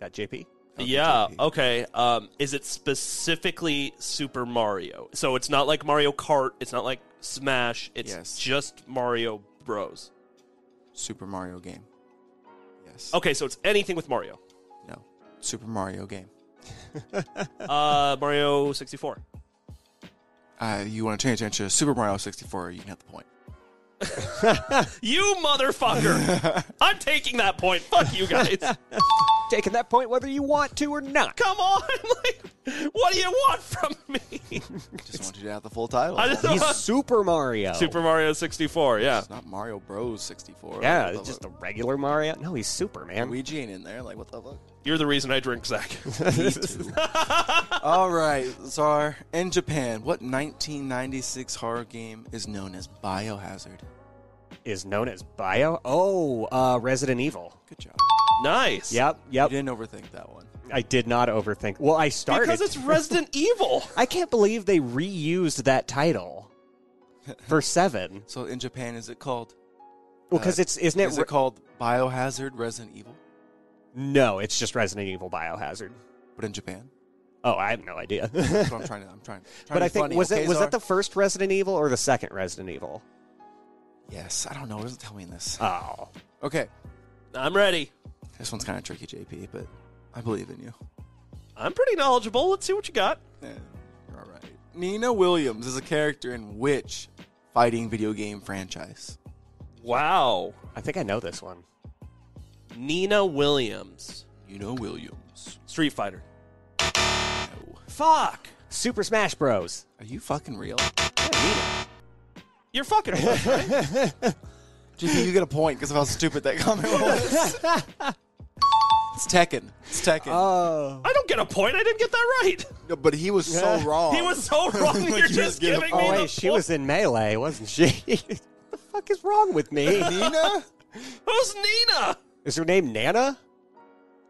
[SPEAKER 3] That JP.
[SPEAKER 1] Yeah,
[SPEAKER 2] LPGP.
[SPEAKER 1] okay. Um is it specifically Super Mario? So it's not like Mario Kart, it's not like Smash, it's
[SPEAKER 2] Yes.
[SPEAKER 1] just Mario Bros.
[SPEAKER 2] Super Mario game. Yes.
[SPEAKER 1] Okay, so it's anything with Mario.
[SPEAKER 2] No. Super Mario game.
[SPEAKER 1] Uh Mario 64.
[SPEAKER 2] Uh, you want to change it into Super Mario 64, you can have the point.
[SPEAKER 1] You motherfucker! I'm taking that point. Fuck you guys.
[SPEAKER 3] Taking that point, whether you want to or not.
[SPEAKER 1] Come on. Like, what do you want from me?
[SPEAKER 2] Just want you to have the full title.
[SPEAKER 1] I just
[SPEAKER 3] He's
[SPEAKER 1] want
[SPEAKER 3] Super Mario.
[SPEAKER 1] Super Mario 64, yeah.
[SPEAKER 2] It's not Mario Bros 64.
[SPEAKER 3] Yeah,
[SPEAKER 2] Like, what
[SPEAKER 3] it's just
[SPEAKER 2] the
[SPEAKER 3] a regular Mario. No, he's Superman.
[SPEAKER 2] Luigi ain't in there. Like what the fuck?
[SPEAKER 1] You're the reason I drink Zach.
[SPEAKER 2] All right, Czar. In Japan, what 1996 horror game is known as Biohazard?
[SPEAKER 3] is known as Bio. Oh, uh, Resident Evil.
[SPEAKER 2] Good job.
[SPEAKER 1] nice.
[SPEAKER 3] Yep,
[SPEAKER 2] You
[SPEAKER 3] yep.
[SPEAKER 2] didn't overthink that one.
[SPEAKER 3] I did not overthink. Well, I started.
[SPEAKER 1] Because it's Resident Evil.
[SPEAKER 3] I can't believe they reused that title for seven.
[SPEAKER 2] So in Japan, is it called?
[SPEAKER 3] Well, because
[SPEAKER 2] Uh,
[SPEAKER 3] it's isn't it?
[SPEAKER 2] Is
[SPEAKER 3] re-
[SPEAKER 2] it called Biohazard Resident Evil?
[SPEAKER 3] no, it's just Resident Evil Biohazard.
[SPEAKER 2] But in Japan,
[SPEAKER 3] Oh, I have no idea.
[SPEAKER 2] That's what I'm trying to. I'm trying. trying to
[SPEAKER 3] but
[SPEAKER 2] be
[SPEAKER 3] I think
[SPEAKER 2] funny,
[SPEAKER 3] was
[SPEAKER 2] okay,
[SPEAKER 3] it was
[SPEAKER 2] Czar?
[SPEAKER 3] that the first Resident Evil or the second Resident Evil?
[SPEAKER 2] Yes, I don't know. It doesn't tell me in this.
[SPEAKER 3] Oh,
[SPEAKER 2] Okay,
[SPEAKER 1] I'm ready.
[SPEAKER 2] this one's kind of tricky, JP, but I believe in you.
[SPEAKER 1] I'm pretty knowledgeable. Let's see what you got.
[SPEAKER 2] Eh, you're all right. Nina Williams is a character in which fighting video game franchise?
[SPEAKER 1] Wow.
[SPEAKER 3] I think I know this one.
[SPEAKER 1] Nina Williams.
[SPEAKER 2] Nina Williams.
[SPEAKER 1] Street Fighter.
[SPEAKER 2] No.
[SPEAKER 1] Fuck.
[SPEAKER 3] Super Smash Bros.
[SPEAKER 2] Are you fucking real?
[SPEAKER 1] You're fucking right.
[SPEAKER 2] JP, you get a point because of how stupid that comment was. it's Tekken. It's Tekken.
[SPEAKER 3] Oh,
[SPEAKER 1] I don't get a point. I didn't get that right.
[SPEAKER 2] Uh, No, but he was so
[SPEAKER 3] Yeah.
[SPEAKER 2] wrong.
[SPEAKER 1] He was so wrong.
[SPEAKER 2] Like,
[SPEAKER 1] You're
[SPEAKER 2] Oh. you
[SPEAKER 1] just
[SPEAKER 2] just get a
[SPEAKER 1] giving me
[SPEAKER 3] oh
[SPEAKER 1] the
[SPEAKER 3] wait, she
[SPEAKER 1] point.
[SPEAKER 3] was in melee, wasn't she? what the fuck is wrong with me?
[SPEAKER 2] Nina.
[SPEAKER 1] Who's Nina?
[SPEAKER 3] Is her name Nana?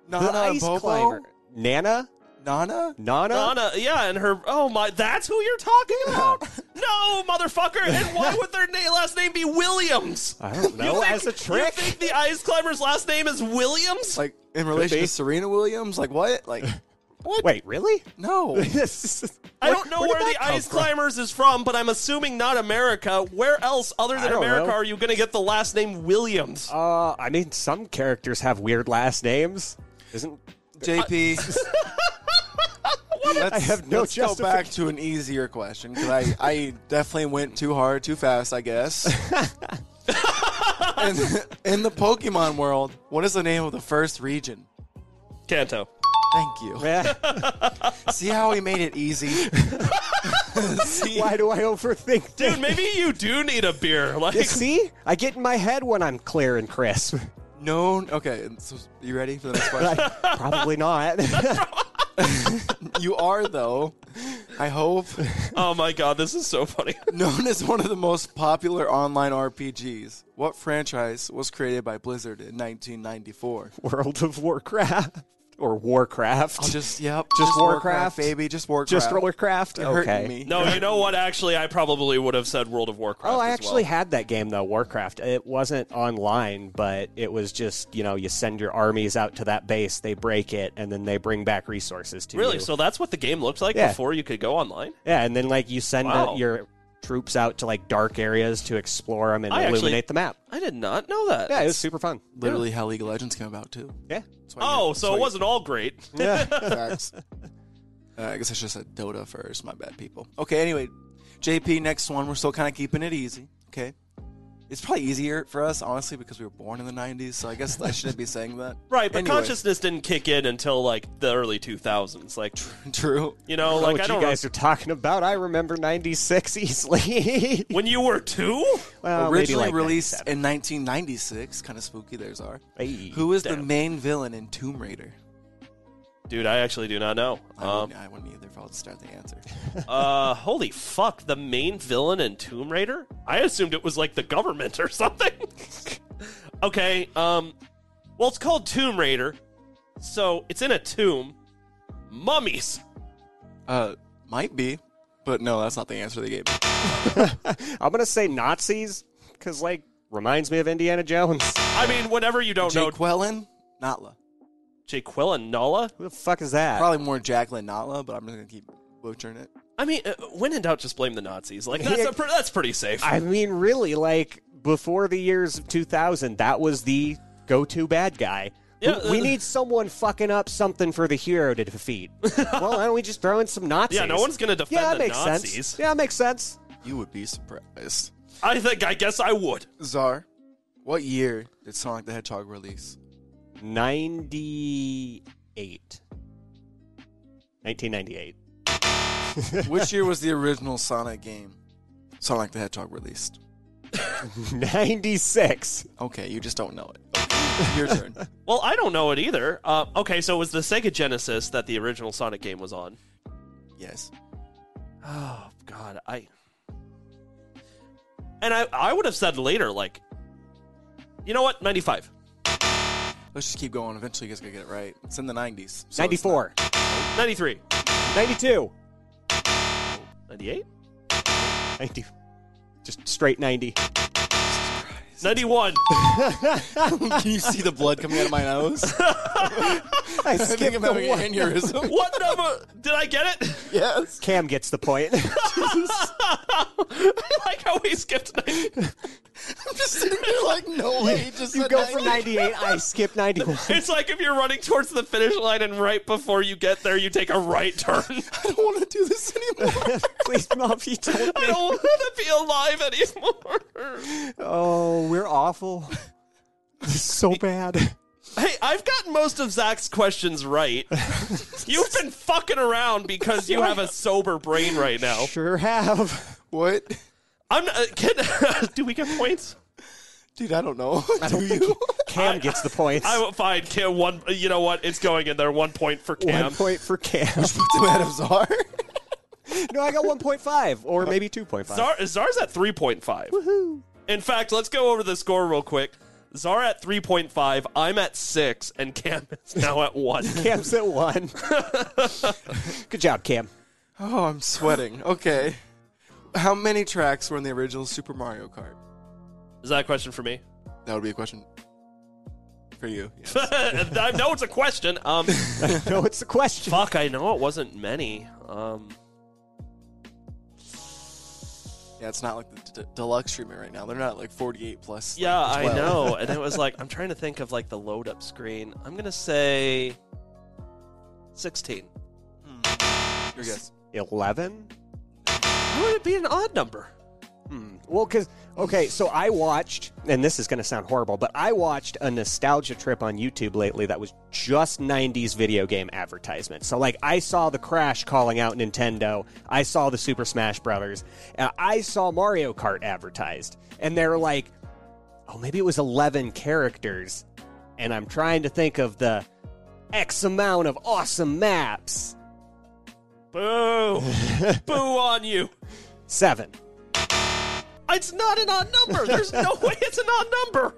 [SPEAKER 2] Nana
[SPEAKER 3] the
[SPEAKER 2] and
[SPEAKER 3] ice
[SPEAKER 2] Bobo.
[SPEAKER 3] climber. Nana?
[SPEAKER 2] Nana.
[SPEAKER 3] Nana?
[SPEAKER 1] Nana, yeah, and her. Oh my, that's who you're talking about. No, motherfucker. And why would their na- last name be Williams?
[SPEAKER 3] I don't
[SPEAKER 1] You
[SPEAKER 3] know.
[SPEAKER 1] think-
[SPEAKER 3] As a trick.
[SPEAKER 1] You think the ice climber's last name is Williams?
[SPEAKER 2] Like in relation
[SPEAKER 3] be.
[SPEAKER 2] to Serena Williams. Like what? Like
[SPEAKER 3] Wait, really?
[SPEAKER 2] no.
[SPEAKER 1] I don't know where,
[SPEAKER 3] did
[SPEAKER 1] the
[SPEAKER 3] that come
[SPEAKER 1] ice
[SPEAKER 3] from?
[SPEAKER 1] climbers is from, but I'm assuming not America. Where else, other
[SPEAKER 3] I
[SPEAKER 1] than
[SPEAKER 3] don't
[SPEAKER 1] America,
[SPEAKER 3] know.
[SPEAKER 1] are you going to get the last name Williams?
[SPEAKER 3] Uh, I mean, some characters have weird last names. Isn't
[SPEAKER 2] JP. Uh, Let's,
[SPEAKER 3] I have no
[SPEAKER 2] let's go
[SPEAKER 3] justific-
[SPEAKER 2] back to an easier question because I, I definitely went too hard, too fast, I guess. in, in the Pokemon world, what is the name of the first region?
[SPEAKER 1] Kanto.
[SPEAKER 2] Thank you.
[SPEAKER 3] why
[SPEAKER 2] See how he made it easy. See,
[SPEAKER 3] do I overthink things?
[SPEAKER 1] Dude, maybe you do need a beer. Like,
[SPEAKER 3] You see, I get in my head when I'm clear and crisp.
[SPEAKER 2] known. Okay, and so you ready for the next question?
[SPEAKER 3] I- probably not.
[SPEAKER 2] you are though. I hope
[SPEAKER 1] oh my god, this is so funny.
[SPEAKER 2] known as one of the most popular online RPGs. What franchise was created by Blizzard in 1994?
[SPEAKER 3] World of Warcraft or Warcraft.
[SPEAKER 2] I'll just yep,
[SPEAKER 3] Just Warcraft?
[SPEAKER 2] baby, just Warcraft.
[SPEAKER 3] Just Warcraft.
[SPEAKER 2] You're
[SPEAKER 3] okay.
[SPEAKER 2] hurting me.
[SPEAKER 1] No, you know what? Actually, I probably would have said World of Warcraft.
[SPEAKER 3] Oh, I
[SPEAKER 1] as
[SPEAKER 3] actually
[SPEAKER 1] well.
[SPEAKER 3] had that game though, Warcraft. It wasn't online, but it was just you know you send your armies out to that base, they break it, and then they bring back resources to
[SPEAKER 1] really.
[SPEAKER 3] you.
[SPEAKER 1] So that's what the game looked like
[SPEAKER 3] Yeah.
[SPEAKER 1] before you could go online.
[SPEAKER 3] yeah, and then like you send uh
[SPEAKER 1] Wow.
[SPEAKER 3] your troops out to like dark areas to explore them and
[SPEAKER 1] I actually-
[SPEAKER 3] illuminate the map.
[SPEAKER 1] I did not know that.
[SPEAKER 3] Yeah, it was super fun.
[SPEAKER 2] Literally how League of Legends came about too.
[SPEAKER 3] Yeah.
[SPEAKER 2] That's why
[SPEAKER 1] Oh,
[SPEAKER 2] you-
[SPEAKER 1] so it
[SPEAKER 2] that's
[SPEAKER 1] wasn't all great.
[SPEAKER 2] why you- facts. Uh, I guess I should have said Dota first. My bad, people. Okay, anyway, JP, next one. We're still kind of keeping it easy. Okay, it's probably easier for us honestly because we were born in the '90s, so I guess I shouldn't be saying that.
[SPEAKER 1] Right, but
[SPEAKER 2] Anyway,
[SPEAKER 1] consciousness didn't kick in until like the early 2000s. Like,
[SPEAKER 2] True.
[SPEAKER 1] you know,
[SPEAKER 3] Know
[SPEAKER 1] like
[SPEAKER 3] what
[SPEAKER 1] I don't
[SPEAKER 3] you guys are talking about? I remember '96 easily.
[SPEAKER 1] know. When you were two?
[SPEAKER 3] well, Uh, maybe,
[SPEAKER 2] Originally
[SPEAKER 3] like,
[SPEAKER 2] released
[SPEAKER 3] 97.
[SPEAKER 2] in 1996, kind of spooky. There's are.
[SPEAKER 3] Hey,
[SPEAKER 2] Who is the
[SPEAKER 1] damn.
[SPEAKER 2] main villain in Tomb Raider?
[SPEAKER 1] Dude, I actually do not know.
[SPEAKER 2] I,
[SPEAKER 1] Um,
[SPEAKER 2] wouldn't, I wouldn't either if I would start the answer.
[SPEAKER 1] uh, holy fuck, the main villain in Tomb Raider? I assumed it was like the government or something. okay, um, well, it's called Tomb Raider, so it's in a tomb. Mummies.
[SPEAKER 2] Uh, might be, but no, that's not the answer they gave. me.
[SPEAKER 3] Oh, I'm gonna say Nazis because like reminds me of Indiana Jones.
[SPEAKER 1] I mean, whenever you don't know
[SPEAKER 2] Jake Quellen, Notla.
[SPEAKER 1] Jaquilla Nala,
[SPEAKER 3] Who the fuck is that?
[SPEAKER 2] Probably more Jacqueline Notla, but I'm just gonna keep butchering it.
[SPEAKER 1] I mean, uh, when in doubt, just blame the Nazis. Like that's
[SPEAKER 3] Yeah.
[SPEAKER 1] a, pr- that's pretty safe.
[SPEAKER 3] I mean, really, like before the years of 2000, that was the go-to bad guy.
[SPEAKER 1] Yeah,
[SPEAKER 3] we, we
[SPEAKER 1] uh,
[SPEAKER 3] need someone fucking up something for the hero to defeat. well, why don't we just throw in some Nazis?
[SPEAKER 1] yeah, no one's gonna defend
[SPEAKER 3] Yeah, that
[SPEAKER 1] the
[SPEAKER 3] makes
[SPEAKER 1] Nazis.
[SPEAKER 3] sense. Yeah, that makes sense.
[SPEAKER 2] You would be surprised.
[SPEAKER 1] I think I guess I would.
[SPEAKER 2] Czar, what year did Sonic the Hedgehog release?
[SPEAKER 3] 98. 1998.
[SPEAKER 2] Which year was the original Sonic game? Sonic the Hedgehog released.
[SPEAKER 3] 96.
[SPEAKER 2] Okay, you just don't know it. Your turn.
[SPEAKER 1] Well, I don't know it either. Uh, okay, so it was the Sega Genesis that the original Sonic game was on.
[SPEAKER 2] Yes.
[SPEAKER 1] Oh God, I. And I, I would have said later, like, you know what, ninety five.
[SPEAKER 2] Let's just keep going. Eventually, you guys gonna get it right. It's in the 90s. so it's
[SPEAKER 3] 94.
[SPEAKER 1] 93.
[SPEAKER 3] 92.
[SPEAKER 1] 98?
[SPEAKER 3] 90. Just straight 90.
[SPEAKER 2] not- Jesus Christ.
[SPEAKER 1] 91.
[SPEAKER 2] Can you see the blood coming out of my nose?
[SPEAKER 3] I
[SPEAKER 2] I think
[SPEAKER 3] skipped
[SPEAKER 2] I'm
[SPEAKER 3] the
[SPEAKER 2] having an
[SPEAKER 3] one.
[SPEAKER 2] aneurysm.
[SPEAKER 1] what number? Did I get it?
[SPEAKER 2] yes.
[SPEAKER 3] Cam gets the point.
[SPEAKER 1] I like how we skipped 90.
[SPEAKER 2] I'm just sitting there like, no way. he Just
[SPEAKER 3] you
[SPEAKER 2] said
[SPEAKER 3] go from
[SPEAKER 2] 90.
[SPEAKER 3] 98, I skip 91.
[SPEAKER 1] It's like if you're running towards the finish line and right before you get there, you take a right turn.
[SPEAKER 2] I don't want to do this anymore.
[SPEAKER 3] Please, Mom, you told
[SPEAKER 1] I
[SPEAKER 3] me.
[SPEAKER 1] don't want to be alive anymore.
[SPEAKER 3] Oh, we're awful. This is so bad.
[SPEAKER 1] Hey, I've gotten most of Zach's questions right. You've been fucking around because you have a sober brain right now.
[SPEAKER 3] Sure have.
[SPEAKER 2] what?
[SPEAKER 1] I'm uh, can, do we get points?
[SPEAKER 2] Dude, I don't know. do you?
[SPEAKER 3] Cam gets the points.
[SPEAKER 1] I will fine. Cam, one. You know what? It's going in there. One point for Cam.
[SPEAKER 3] One point for Cam.
[SPEAKER 2] Two Adams are.
[SPEAKER 3] No, I got 1.5
[SPEAKER 1] Uh,
[SPEAKER 3] or maybe 2.5.
[SPEAKER 1] Czar, Czar's at 3.5. In fact, let's go over the score real quick. Czar at 3.5, I'm at 6, and Cam is now at 1.
[SPEAKER 3] Cam's at one. Good job, Cam.
[SPEAKER 2] Oh, I'm sweating. Okay. How many tracks were in the original Super Mario Kart?
[SPEAKER 1] is that a question for me?
[SPEAKER 2] That would be a question for you. yeah.
[SPEAKER 1] I know it's a question. Um,
[SPEAKER 3] No, it's the question.
[SPEAKER 1] fuck, I know it wasn't many. Um,
[SPEAKER 2] Yeah, it's not like the d- deluxe treatment right now. They're not like 48 plus. like,
[SPEAKER 1] yeah, I
[SPEAKER 2] 12.
[SPEAKER 1] know. And it was like, I'm trying to think of like the load up screen. I'm going to say 16.
[SPEAKER 2] Your guess.
[SPEAKER 3] 11?
[SPEAKER 1] How would it be an odd number?
[SPEAKER 3] Well, because, okay, so I watched, and this is going to sound horrible, but I watched a nostalgia trip on YouTube lately that was just 90s video game advertisements. So, like, I saw the Crash calling out Nintendo, I saw the Super Smash Brothers, and I saw Mario Kart advertised. And they're like, oh, maybe it was 11 characters. And I'm trying to think of the X amount of awesome maps.
[SPEAKER 1] Boo. Boo on you.
[SPEAKER 3] Seven.
[SPEAKER 1] It's not an odd number. There's no way it's an odd number.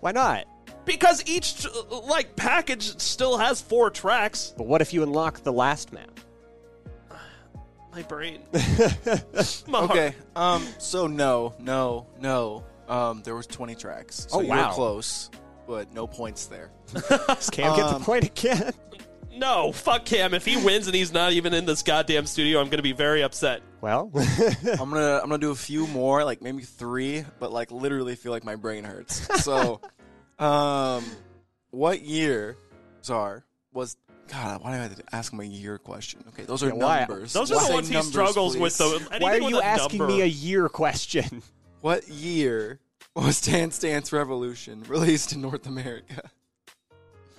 [SPEAKER 3] Why not?
[SPEAKER 1] Because each like package still has four tracks.
[SPEAKER 3] But what if you unlock the last map?
[SPEAKER 1] My brain.
[SPEAKER 2] Okay. Um. So no, no, no. Um. There was 20 tracks. So
[SPEAKER 3] Oh,
[SPEAKER 2] you
[SPEAKER 3] wow.
[SPEAKER 2] were close, but no points there.
[SPEAKER 3] Does Cam get the point again?
[SPEAKER 1] No, fuck Cam. If he wins and he's not even in this goddamn studio, I'm gonna be very upset.
[SPEAKER 3] Well,
[SPEAKER 2] I'm gonna I'm gonna do a few more, like maybe three, but like literally feel like my brain hurts. So, um, what year, Czar was? God, why do I have to ask him a year question? Okay, those are
[SPEAKER 3] Yeah, why-
[SPEAKER 2] numbers.
[SPEAKER 1] Those are
[SPEAKER 2] Say
[SPEAKER 1] the ones he
[SPEAKER 2] numbers,
[SPEAKER 1] struggles with.
[SPEAKER 2] please.
[SPEAKER 1] Though,
[SPEAKER 3] why are you asking me a year question?
[SPEAKER 2] What year was Dance Dance Revolution released in North America?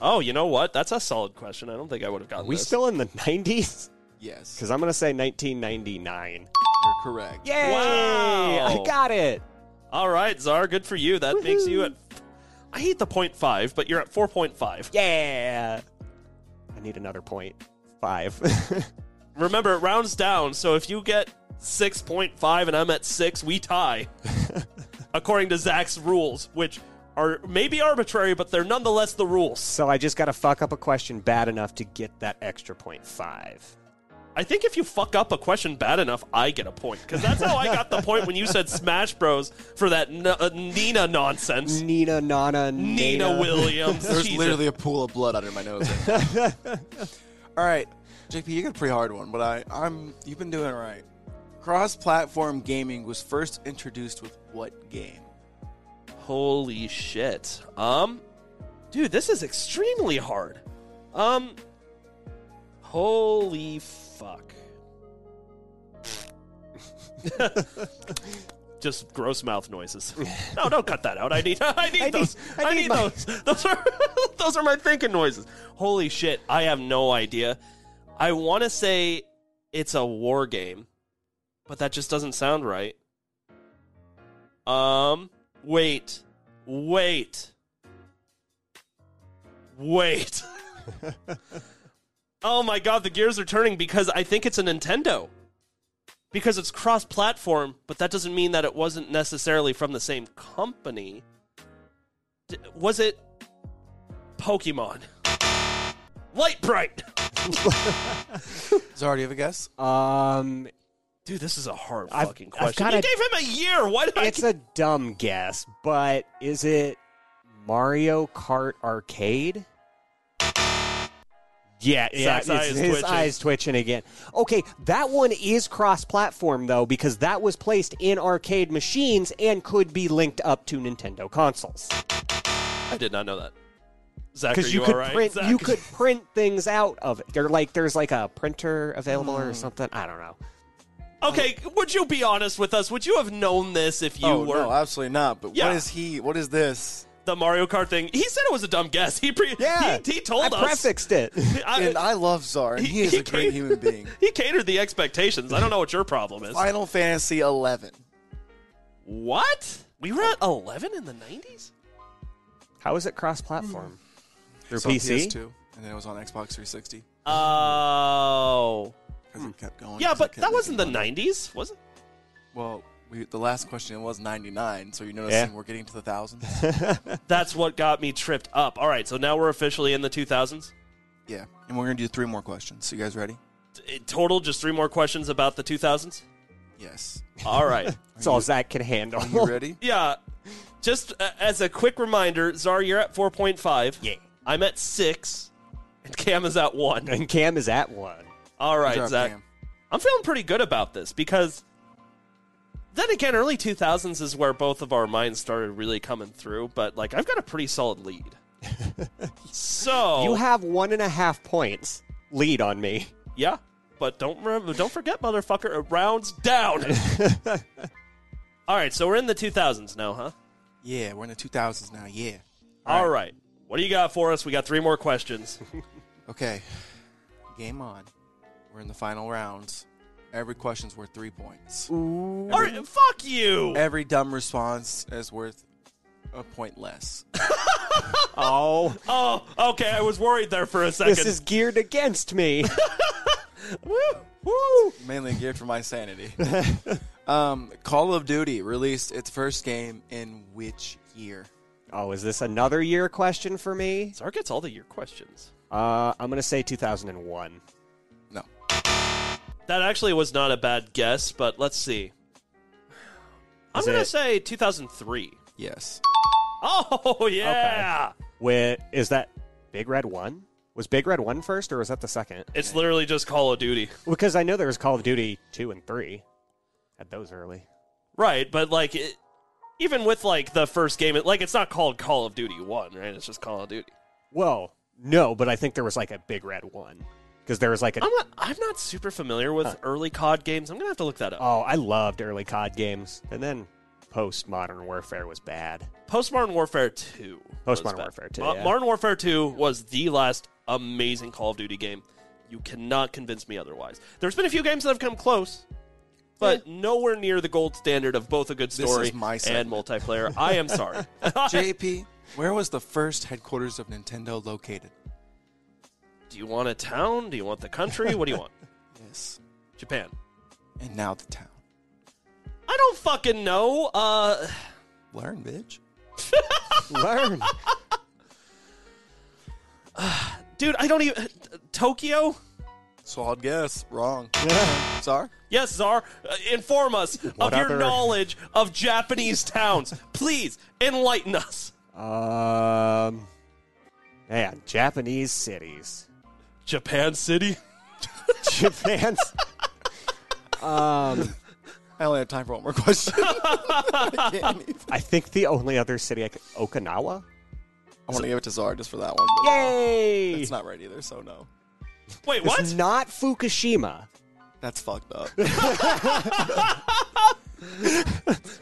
[SPEAKER 1] Oh, you know what? That's a solid question. I don't think I would have gotten.
[SPEAKER 3] We
[SPEAKER 1] this.
[SPEAKER 3] still in the 90s?
[SPEAKER 2] Yes,
[SPEAKER 3] Because I'm going to say 1999.
[SPEAKER 2] you're correct.
[SPEAKER 3] Yay!
[SPEAKER 1] Wow.
[SPEAKER 3] I got it.
[SPEAKER 1] All right, Czar. Good for you. That makes you at. I hate the point five, but you're at four point five.
[SPEAKER 3] Yeah. I need another point. Five.
[SPEAKER 1] Remember, it rounds down. So if you get six point five and I'm at six, we tie, according to Zach's rules, which are maybe arbitrary, but they're nonetheless the rules.
[SPEAKER 3] so I just got to fuck up a question bad enough to get that extra point five.
[SPEAKER 1] I think if you fuck up a question bad enough, I get a point because that's how I got the point when you said Smash Bros for that n- uh, Nina nonsense.
[SPEAKER 3] Nina, Nana,
[SPEAKER 1] Nina
[SPEAKER 3] Nana.
[SPEAKER 1] Williams.
[SPEAKER 2] There's
[SPEAKER 1] Jesus.
[SPEAKER 2] literally a pool of blood under my nose. right now. All right, JP, you got a pretty hard one, but I, I'm you've been doing all right. Cross-platform gaming was first introduced with what game?
[SPEAKER 1] Holy shit. Um dude, this is extremely hard. Um holy fuck. Just gross mouth noises. No, don't cut that out. I need I need
[SPEAKER 3] I need-
[SPEAKER 1] those.
[SPEAKER 3] I
[SPEAKER 1] I
[SPEAKER 3] need
[SPEAKER 1] need
[SPEAKER 3] my-
[SPEAKER 1] those. Those are those are my thinking noises. Holy shit, I have no idea. I want to say it's a war game, but that just doesn't sound right. Um, wait, wait, wait. oh my god, the gears are turning because I think it's a Nintendo. Because it's cross platform, but that doesn't mean that it wasn't necessarily from the same company. D- was it Pokemon? Light Bright!
[SPEAKER 2] Zara, do you have a guess?
[SPEAKER 3] Um,
[SPEAKER 1] Dude, this is a hard
[SPEAKER 3] I've-
[SPEAKER 1] fucking
[SPEAKER 3] I've
[SPEAKER 1] question.
[SPEAKER 3] gotta-
[SPEAKER 1] you gave him a year. Why did I?
[SPEAKER 3] It's a dumb guess, but is it Mario Kart Arcade? Yeah, yeah,
[SPEAKER 1] Zach's
[SPEAKER 3] it's-
[SPEAKER 1] eyes
[SPEAKER 3] his
[SPEAKER 1] twitching.
[SPEAKER 3] eyes twitching again. Okay, that one is cross-platform though, because that was placed in arcade machines and could be linked up to Nintendo consoles.
[SPEAKER 1] I did not know that. Zach, are
[SPEAKER 3] Because
[SPEAKER 1] you,
[SPEAKER 3] you, could
[SPEAKER 1] all right?
[SPEAKER 3] print,
[SPEAKER 1] Zach?
[SPEAKER 3] you could print things out of it. They're like there's like a printer available
[SPEAKER 1] Hmm.
[SPEAKER 3] or something. I don't know.
[SPEAKER 1] Okay, would you be honest with us? Would you have known this if you
[SPEAKER 2] oh
[SPEAKER 1] were
[SPEAKER 2] no, absolutely not. But
[SPEAKER 1] Yeah.
[SPEAKER 2] what is he? What is this?
[SPEAKER 1] the Mario Kart thing? He said it was a dumb guess. He pre-
[SPEAKER 3] Yeah,
[SPEAKER 1] he, he told
[SPEAKER 3] I
[SPEAKER 1] us.
[SPEAKER 3] prefixed it.
[SPEAKER 1] I-
[SPEAKER 2] and I love Czar, and he, is
[SPEAKER 1] he
[SPEAKER 2] a great
[SPEAKER 1] came-
[SPEAKER 2] human being.
[SPEAKER 1] he catered the expectations. I don't know what your problem is.
[SPEAKER 2] Final Fantasy Eleven.
[SPEAKER 1] What? We were at 11 in the 90s?
[SPEAKER 3] How is it cross-platform?
[SPEAKER 1] Hmm.
[SPEAKER 3] Through
[SPEAKER 2] It's on
[SPEAKER 3] PC?
[SPEAKER 2] PS2, and then it was on Xbox 360
[SPEAKER 1] Oh.
[SPEAKER 2] because it kept going.
[SPEAKER 1] Yeah,
[SPEAKER 2] 'cause it
[SPEAKER 1] but
[SPEAKER 2] kept
[SPEAKER 1] that wasn't the
[SPEAKER 2] making money.
[SPEAKER 1] 90s, was it?
[SPEAKER 2] Well, we, the last question was 99, so you're noticing we're getting to the thousands.
[SPEAKER 1] That's what got me tripped up. All right, so now we're officially in the 2000s.
[SPEAKER 2] yeah, and we're gonna do three more questions. So you guys ready?
[SPEAKER 1] T- Total, just three more questions about the 2000s?
[SPEAKER 2] Yes.
[SPEAKER 1] All right.
[SPEAKER 3] That's all Zach can handle.
[SPEAKER 2] Are you ready?
[SPEAKER 1] Yeah. Just uh, as a quick reminder, Czar, you're at 4.5.
[SPEAKER 3] Yeah.
[SPEAKER 1] I'm at 6. And Cam is at 1.
[SPEAKER 3] And Cam is at one.
[SPEAKER 1] All right,
[SPEAKER 2] job,
[SPEAKER 1] Zach.
[SPEAKER 2] Cam.
[SPEAKER 1] I'm feeling pretty good about this because then again, early 2000s is where both of our minds started really coming through, but like I've got a pretty solid lead. so,
[SPEAKER 3] You have one and a half points lead on me.
[SPEAKER 1] yeah, but don't remember, don't forget, motherfucker, it rounds down. All right, so we're in the 2000s now, huh?
[SPEAKER 2] Yeah, we're in the 2000s now. Yeah.
[SPEAKER 1] All right. What do you got for us? We got three more questions.
[SPEAKER 2] Okay. Game on. We're in the final rounds. Every question's worth three points.
[SPEAKER 1] All right, fuck you.
[SPEAKER 2] Every dumb response is worth a point less.
[SPEAKER 3] Oh,
[SPEAKER 1] Oh, okay. I was worried there for a second.
[SPEAKER 3] this is geared against me.
[SPEAKER 1] woo, woo.
[SPEAKER 2] Mainly geared for my sanity. um, Call of Duty released its first game in which year?
[SPEAKER 3] Oh, is this another year question for me?
[SPEAKER 1] Czar gets all the year questions.
[SPEAKER 3] Uh, I'm going to say 2001.
[SPEAKER 2] No.
[SPEAKER 1] That actually was not a bad guess, but let's see. I'm
[SPEAKER 3] Is
[SPEAKER 1] going to
[SPEAKER 3] it-
[SPEAKER 1] say 2003.
[SPEAKER 2] Yes.
[SPEAKER 1] Oh, yeah.
[SPEAKER 3] With, is that Big Red 1? Was Big Red 1 first or was that the second?
[SPEAKER 1] It's literally just Call of Duty.
[SPEAKER 3] Because I know there was Call of Duty 2 and 3. Had those early.
[SPEAKER 1] Right, but like it, even with like the first game, it, like it's not called Call of Duty 1, right? It's just Call of Duty.
[SPEAKER 3] Well, no, but I think there was like a Big Red 1. Because there was like a.
[SPEAKER 1] I'm not I'm not super familiar with early COD games. I'm going to have to look that up.
[SPEAKER 3] Oh, I loved early COD games. And then post Modern Warfare was bad.
[SPEAKER 1] Postmodern Warfare 2. was
[SPEAKER 3] Postmodern
[SPEAKER 1] bad.
[SPEAKER 3] Warfare 2,
[SPEAKER 1] Mo-
[SPEAKER 3] yeah.
[SPEAKER 1] Modern Warfare 2 was the last amazing Call of Duty game. You cannot convince me otherwise. There's been a few games that have come close,
[SPEAKER 3] Eh.
[SPEAKER 1] but nowhere near the gold standard of both a good
[SPEAKER 2] This
[SPEAKER 1] story
[SPEAKER 2] is my
[SPEAKER 1] and
[SPEAKER 2] segment.
[SPEAKER 1] multiplayer. I am sorry.
[SPEAKER 2] JP, where was the first headquarters of Nintendo located?
[SPEAKER 1] do you want a town? Do you want the country? What do you want?
[SPEAKER 2] Yes.
[SPEAKER 1] Japan.
[SPEAKER 2] And now the town.
[SPEAKER 1] I don't fucking know. Uh,
[SPEAKER 2] Learn, bitch.
[SPEAKER 3] Learn.
[SPEAKER 1] dude, I don't even. Tokyo?
[SPEAKER 2] Solid guess. Wrong. Sorry.
[SPEAKER 1] Yes, Czar, uh, inform us of
[SPEAKER 3] What
[SPEAKER 1] your
[SPEAKER 3] other-
[SPEAKER 1] knowledge of Japanese towns. Please enlighten us.
[SPEAKER 3] um, man, Japanese cities.
[SPEAKER 1] Japan City?
[SPEAKER 3] Japan's. um,
[SPEAKER 2] I only have time for one more question. I can't even.
[SPEAKER 3] I think the only other city I could. Okinawa?
[SPEAKER 2] I want to give it to Czar just for that one. but
[SPEAKER 3] Yay!
[SPEAKER 2] It's not right either, so no.
[SPEAKER 1] Wait,
[SPEAKER 3] It's
[SPEAKER 1] what?
[SPEAKER 3] not Fukushima.
[SPEAKER 2] That's fucked up.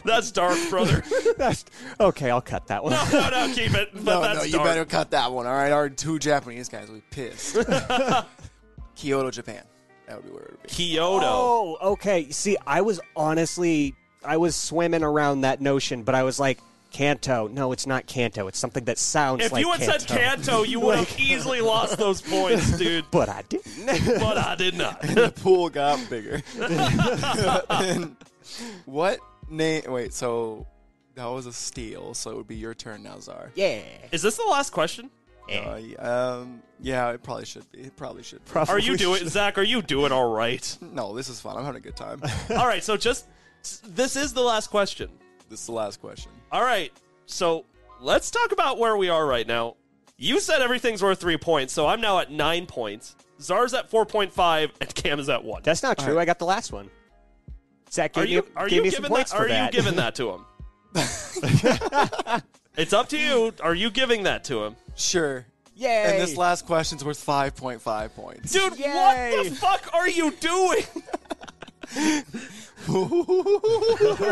[SPEAKER 1] That's dark, brother.
[SPEAKER 3] That's, okay, I'll cut that one.
[SPEAKER 1] no, no, no, keep it. But
[SPEAKER 2] no,
[SPEAKER 1] that's
[SPEAKER 2] no, you
[SPEAKER 1] dark.
[SPEAKER 2] better cut that one. All right, our two Japanese guys will be pissed. Kyoto, Japan. That would be where it would be.
[SPEAKER 1] Kyoto.
[SPEAKER 3] Oh, okay. See, I was honestly, I was swimming around that notion, but I was like, Kanto. No, it's not Kanto. It's something that sounds
[SPEAKER 1] if
[SPEAKER 3] like
[SPEAKER 1] you had
[SPEAKER 3] Kanto.
[SPEAKER 1] said Kanto, you would have easily lost those points, dude.
[SPEAKER 3] But I didn't.
[SPEAKER 1] But I did not.
[SPEAKER 2] The pool got bigger. And what name? Wait, so that was a steal. So it would be your turn now, Czar.
[SPEAKER 3] yeah.
[SPEAKER 1] Is this the last question?
[SPEAKER 2] Uh, y- um, yeah, it probably should be. It probably should. Be.
[SPEAKER 1] Are you doing, Zach? Are you doing all right?
[SPEAKER 2] No, this is fun. I'm having a good time.
[SPEAKER 1] all right. So just this is the last question.
[SPEAKER 2] this is the last question.
[SPEAKER 1] All right. So let's talk about where we are right now. You said everything's worth three points, so I'm now at nine points. Zar's at four point five, and Cam is at one.
[SPEAKER 3] That's not true. I got the last one. Zach gave
[SPEAKER 1] are you
[SPEAKER 3] me,
[SPEAKER 1] are
[SPEAKER 3] gave
[SPEAKER 1] you
[SPEAKER 3] me some
[SPEAKER 1] giving
[SPEAKER 3] points
[SPEAKER 1] that?
[SPEAKER 3] for
[SPEAKER 1] Are
[SPEAKER 3] that.
[SPEAKER 1] you giving that to him? it's up to you. Are you giving that to him,
[SPEAKER 2] Sure.
[SPEAKER 3] Yay!
[SPEAKER 2] And this last question's worth 5.5 points.
[SPEAKER 1] dude? What
[SPEAKER 3] Yay.
[SPEAKER 1] the fuck are you doing?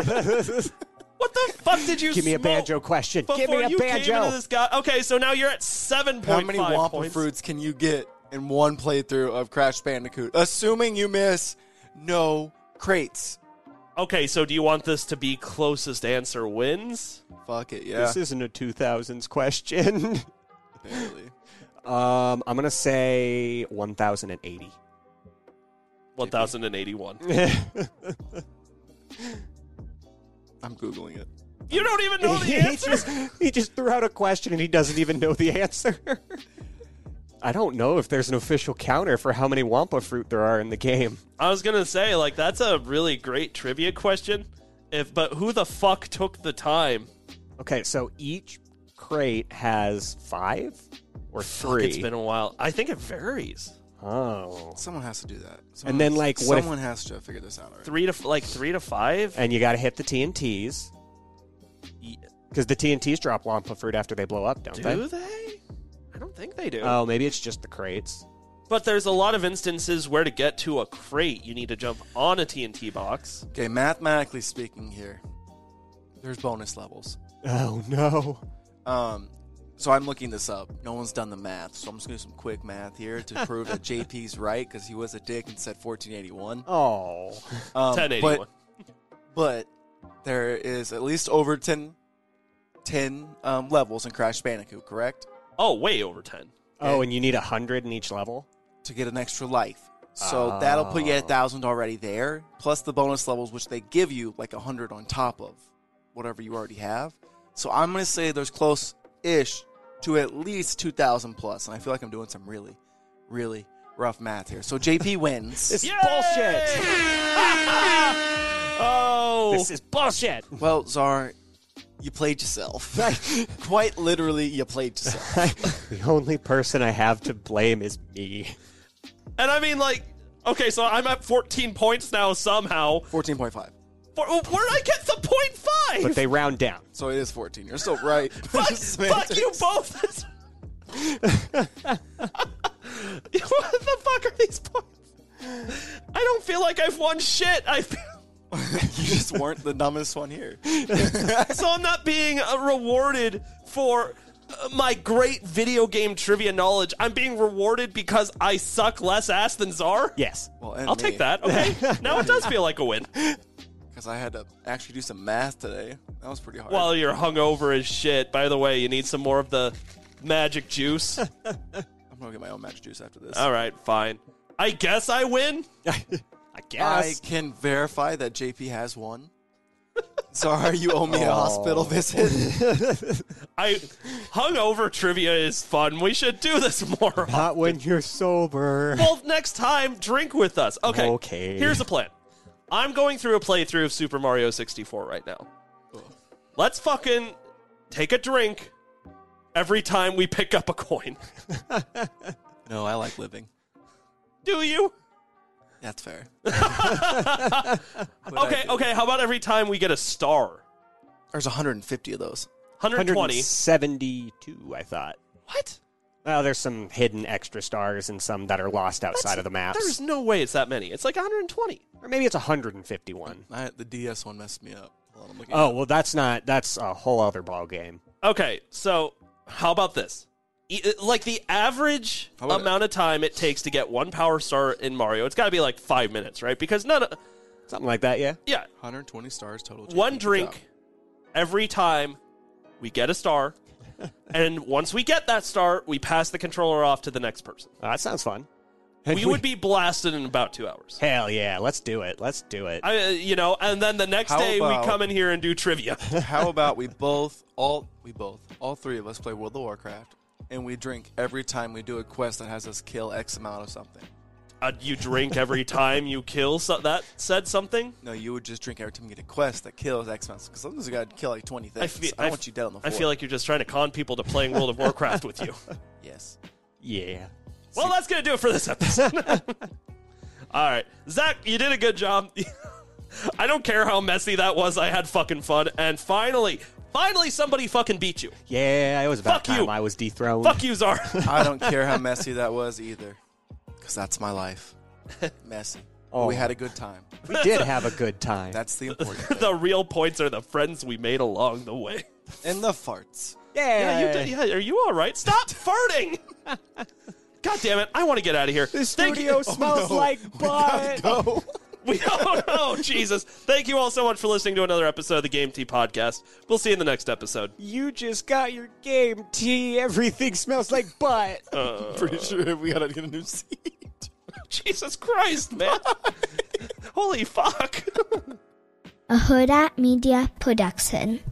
[SPEAKER 1] What the fuck did you
[SPEAKER 3] Give me a
[SPEAKER 1] smoke
[SPEAKER 3] banjo question. Give
[SPEAKER 1] before
[SPEAKER 3] me a
[SPEAKER 1] you Came into
[SPEAKER 3] banjo.
[SPEAKER 1] this guy? Okay, so now you're at seven
[SPEAKER 2] How many Wampa
[SPEAKER 1] points.
[SPEAKER 2] fruits can you get in one playthrough of Crash Bandicoot? Assuming you miss no crates.
[SPEAKER 1] Okay, so do you want this to be closest answer wins?
[SPEAKER 2] Fuck it, yeah.
[SPEAKER 3] This isn't a 2000s question.
[SPEAKER 2] Barely.
[SPEAKER 3] um, I'm going to say 1080.
[SPEAKER 1] One thousand and eighty-one.
[SPEAKER 2] I'm Googling it.
[SPEAKER 1] You don't even know the
[SPEAKER 3] he,
[SPEAKER 1] answer.
[SPEAKER 3] just, he just threw out a question and he doesn't even know the answer. I don't know if there's an official counter for how many Wampa fruit there are in the game.
[SPEAKER 1] I was gonna say like that's a really great trivia question. If but who the fuck took the time?
[SPEAKER 3] Okay, so each crate has five or three.
[SPEAKER 1] It's been a while. I think it varies.
[SPEAKER 3] oh,
[SPEAKER 2] Someone has to do that. Someone
[SPEAKER 3] And then,
[SPEAKER 2] has-
[SPEAKER 3] like, what if-
[SPEAKER 2] Someone has to figure this out already.
[SPEAKER 1] Three to f- like three to five.
[SPEAKER 3] and you got to hit the TNTs because the TNTs drop Wampa fruit after they blow up, don't
[SPEAKER 1] Do
[SPEAKER 3] they?
[SPEAKER 1] they? I don't think they do.
[SPEAKER 3] Oh, maybe it's just the crates.
[SPEAKER 1] But there's a lot of instances where to get to a crate, you need to jump on a TNT
[SPEAKER 3] Um,
[SPEAKER 1] box.
[SPEAKER 2] Okay, mathematically speaking here, there's bonus levels.
[SPEAKER 3] Oh no!
[SPEAKER 2] Um, so I'm looking this up. No one's done the math, so I'm just gonna do some quick math here to prove that JP's right because he was a dick and said 1481.
[SPEAKER 3] Oh,
[SPEAKER 2] Um,
[SPEAKER 1] 1081.
[SPEAKER 2] But, but there is at least over 10, 10 um, levels in Crash Bandicoot, correct?
[SPEAKER 1] oh, way over 10.
[SPEAKER 3] oh, and you need a hundred in each level.
[SPEAKER 2] To get an extra life. So that'll put
[SPEAKER 1] Oh.
[SPEAKER 2] you at a thousand already there, plus the bonus levels, which they give you like a hundred on top of whatever you already have. So I'm gonna say there's close ish to at least two thousand plus, and I feel like I'm doing some really, really rough math here. So JP wins.
[SPEAKER 3] This is bullshit.
[SPEAKER 1] Oh.
[SPEAKER 3] This is bullshit.
[SPEAKER 2] well, Czar, you played yourself. Quite literally, you played yourself.
[SPEAKER 3] the only person I have to blame is me.
[SPEAKER 1] and I mean, like, okay, so I'm at 14 points now somehow.
[SPEAKER 2] Fourteen point five.
[SPEAKER 1] For, where'd I get the point five?
[SPEAKER 3] But they round down.
[SPEAKER 2] So it is fourteen. You're still right.
[SPEAKER 1] fuck, fuck you both. what the fuck are these points? I don't feel like I've won shit. I feel.
[SPEAKER 2] You just weren't the dumbest one here.
[SPEAKER 1] so I'm not being uh, rewarded for uh, my great video game trivia knowledge. I'm being rewarded because I suck less ass than Czar.
[SPEAKER 3] Yes.
[SPEAKER 2] Well,
[SPEAKER 1] I'll take that. Okay, now it does feel like a win.
[SPEAKER 2] because I had to actually do some math today. That was pretty hard.
[SPEAKER 1] While you're hungover as shit. By the way, you need some more of the magic juice.
[SPEAKER 2] I'm gonna get my own match juice after this.
[SPEAKER 1] All right, fine. I guess I win.
[SPEAKER 3] I
[SPEAKER 2] I
[SPEAKER 3] guess.
[SPEAKER 2] can verify that JP has one. Sorry, you owe me a hospital visit.
[SPEAKER 1] I hungover trivia is fun. We should do this more.
[SPEAKER 3] Not when you're sober.
[SPEAKER 1] well, next time, drink with us. Okay.
[SPEAKER 3] Okay.
[SPEAKER 1] Here's the plan. I'm going through a playthrough of Super Mario 64 right now. Let's fucking take a drink every time we pick up a coin.
[SPEAKER 2] no, I like living.
[SPEAKER 1] Do you?
[SPEAKER 2] That's fair.
[SPEAKER 1] Okay, okay. How about every time we get a star?
[SPEAKER 2] There's 150 of those.
[SPEAKER 1] 120.
[SPEAKER 3] 172, I thought.
[SPEAKER 1] What?
[SPEAKER 3] Well, there's some hidden extra stars and some that are lost outside of the maps.
[SPEAKER 1] There's no way it's that many. It's like 120.
[SPEAKER 3] Or maybe it's 151.
[SPEAKER 2] I, the DS one messed me up. Hold on, I'm looking.
[SPEAKER 3] Oh, well, that's not. That's a whole other ball game.
[SPEAKER 1] Okay, so how about this? E- Like the average
[SPEAKER 2] about it?
[SPEAKER 1] amount of time it takes to get one power star in Mario, it's got to be like five minutes, right? Because none of.
[SPEAKER 3] Something like that, yeah?
[SPEAKER 1] Yeah,
[SPEAKER 2] 120 stars total. JP,
[SPEAKER 1] one
[SPEAKER 2] good
[SPEAKER 1] drink
[SPEAKER 2] job.
[SPEAKER 1] every time we get a star. and once we get that star, we pass the controller off to the next person.
[SPEAKER 3] Uh, that sounds fun.
[SPEAKER 1] We would be blasted in about two hours.
[SPEAKER 3] Hell yeah, let's do it. Let's do it.
[SPEAKER 1] I, uh, you know, and then the next
[SPEAKER 2] How
[SPEAKER 1] day
[SPEAKER 2] about-
[SPEAKER 1] we come in here and do trivia.
[SPEAKER 2] How about we both, all we both, all three of us play World of Warcraft, and we drink every time we do a quest that has us kill X amount of something.
[SPEAKER 1] Uh, you drink every time you kill so- that said something.
[SPEAKER 2] No, you would just drink every time you get a quest that kills X amount. Because sometimes you got to kill like 20 things. I,
[SPEAKER 1] feel-
[SPEAKER 2] don't
[SPEAKER 1] I
[SPEAKER 2] want
[SPEAKER 1] f-
[SPEAKER 2] you dead on the
[SPEAKER 1] I
[SPEAKER 2] floor.
[SPEAKER 1] feel like you're just trying to con people to playing World of Warcraft with you.
[SPEAKER 2] Yes.
[SPEAKER 3] Yeah.
[SPEAKER 1] Well, that's gonna do it for this episode. All right, Zach, you did a good job. I don't care how messy that was. I had fucking fun, and finally, finally, somebody fucking beat you.
[SPEAKER 3] Yeah, it was about
[SPEAKER 1] Fuck
[SPEAKER 3] time
[SPEAKER 1] you.
[SPEAKER 3] I was dethroned.
[SPEAKER 1] Fuck you, Zar.
[SPEAKER 2] I don't care how messy that was either. Because that's my life. Messy.
[SPEAKER 3] Oh.
[SPEAKER 2] We had a good time.
[SPEAKER 3] We did have a good time.
[SPEAKER 2] That's the important thing.
[SPEAKER 1] the real points are the friends we made along the way.
[SPEAKER 2] and the farts.
[SPEAKER 1] Yeah, you did. Yeah, are you all right? Stop farting. God damn it! I want to get out of here.
[SPEAKER 3] The
[SPEAKER 1] Thank you-
[SPEAKER 3] studio smells like butt.
[SPEAKER 2] Go.
[SPEAKER 1] We don't know. Jesus. Thank you all so much for listening to another episode of the Game T Podcast. We'll see you in the next episode.
[SPEAKER 3] You just got your game tea. Everything smells like butt.
[SPEAKER 2] Pretty sure we gotta get a new seat.
[SPEAKER 1] Jesus Christ, man. Holy fuck.
[SPEAKER 4] a Huda Media production.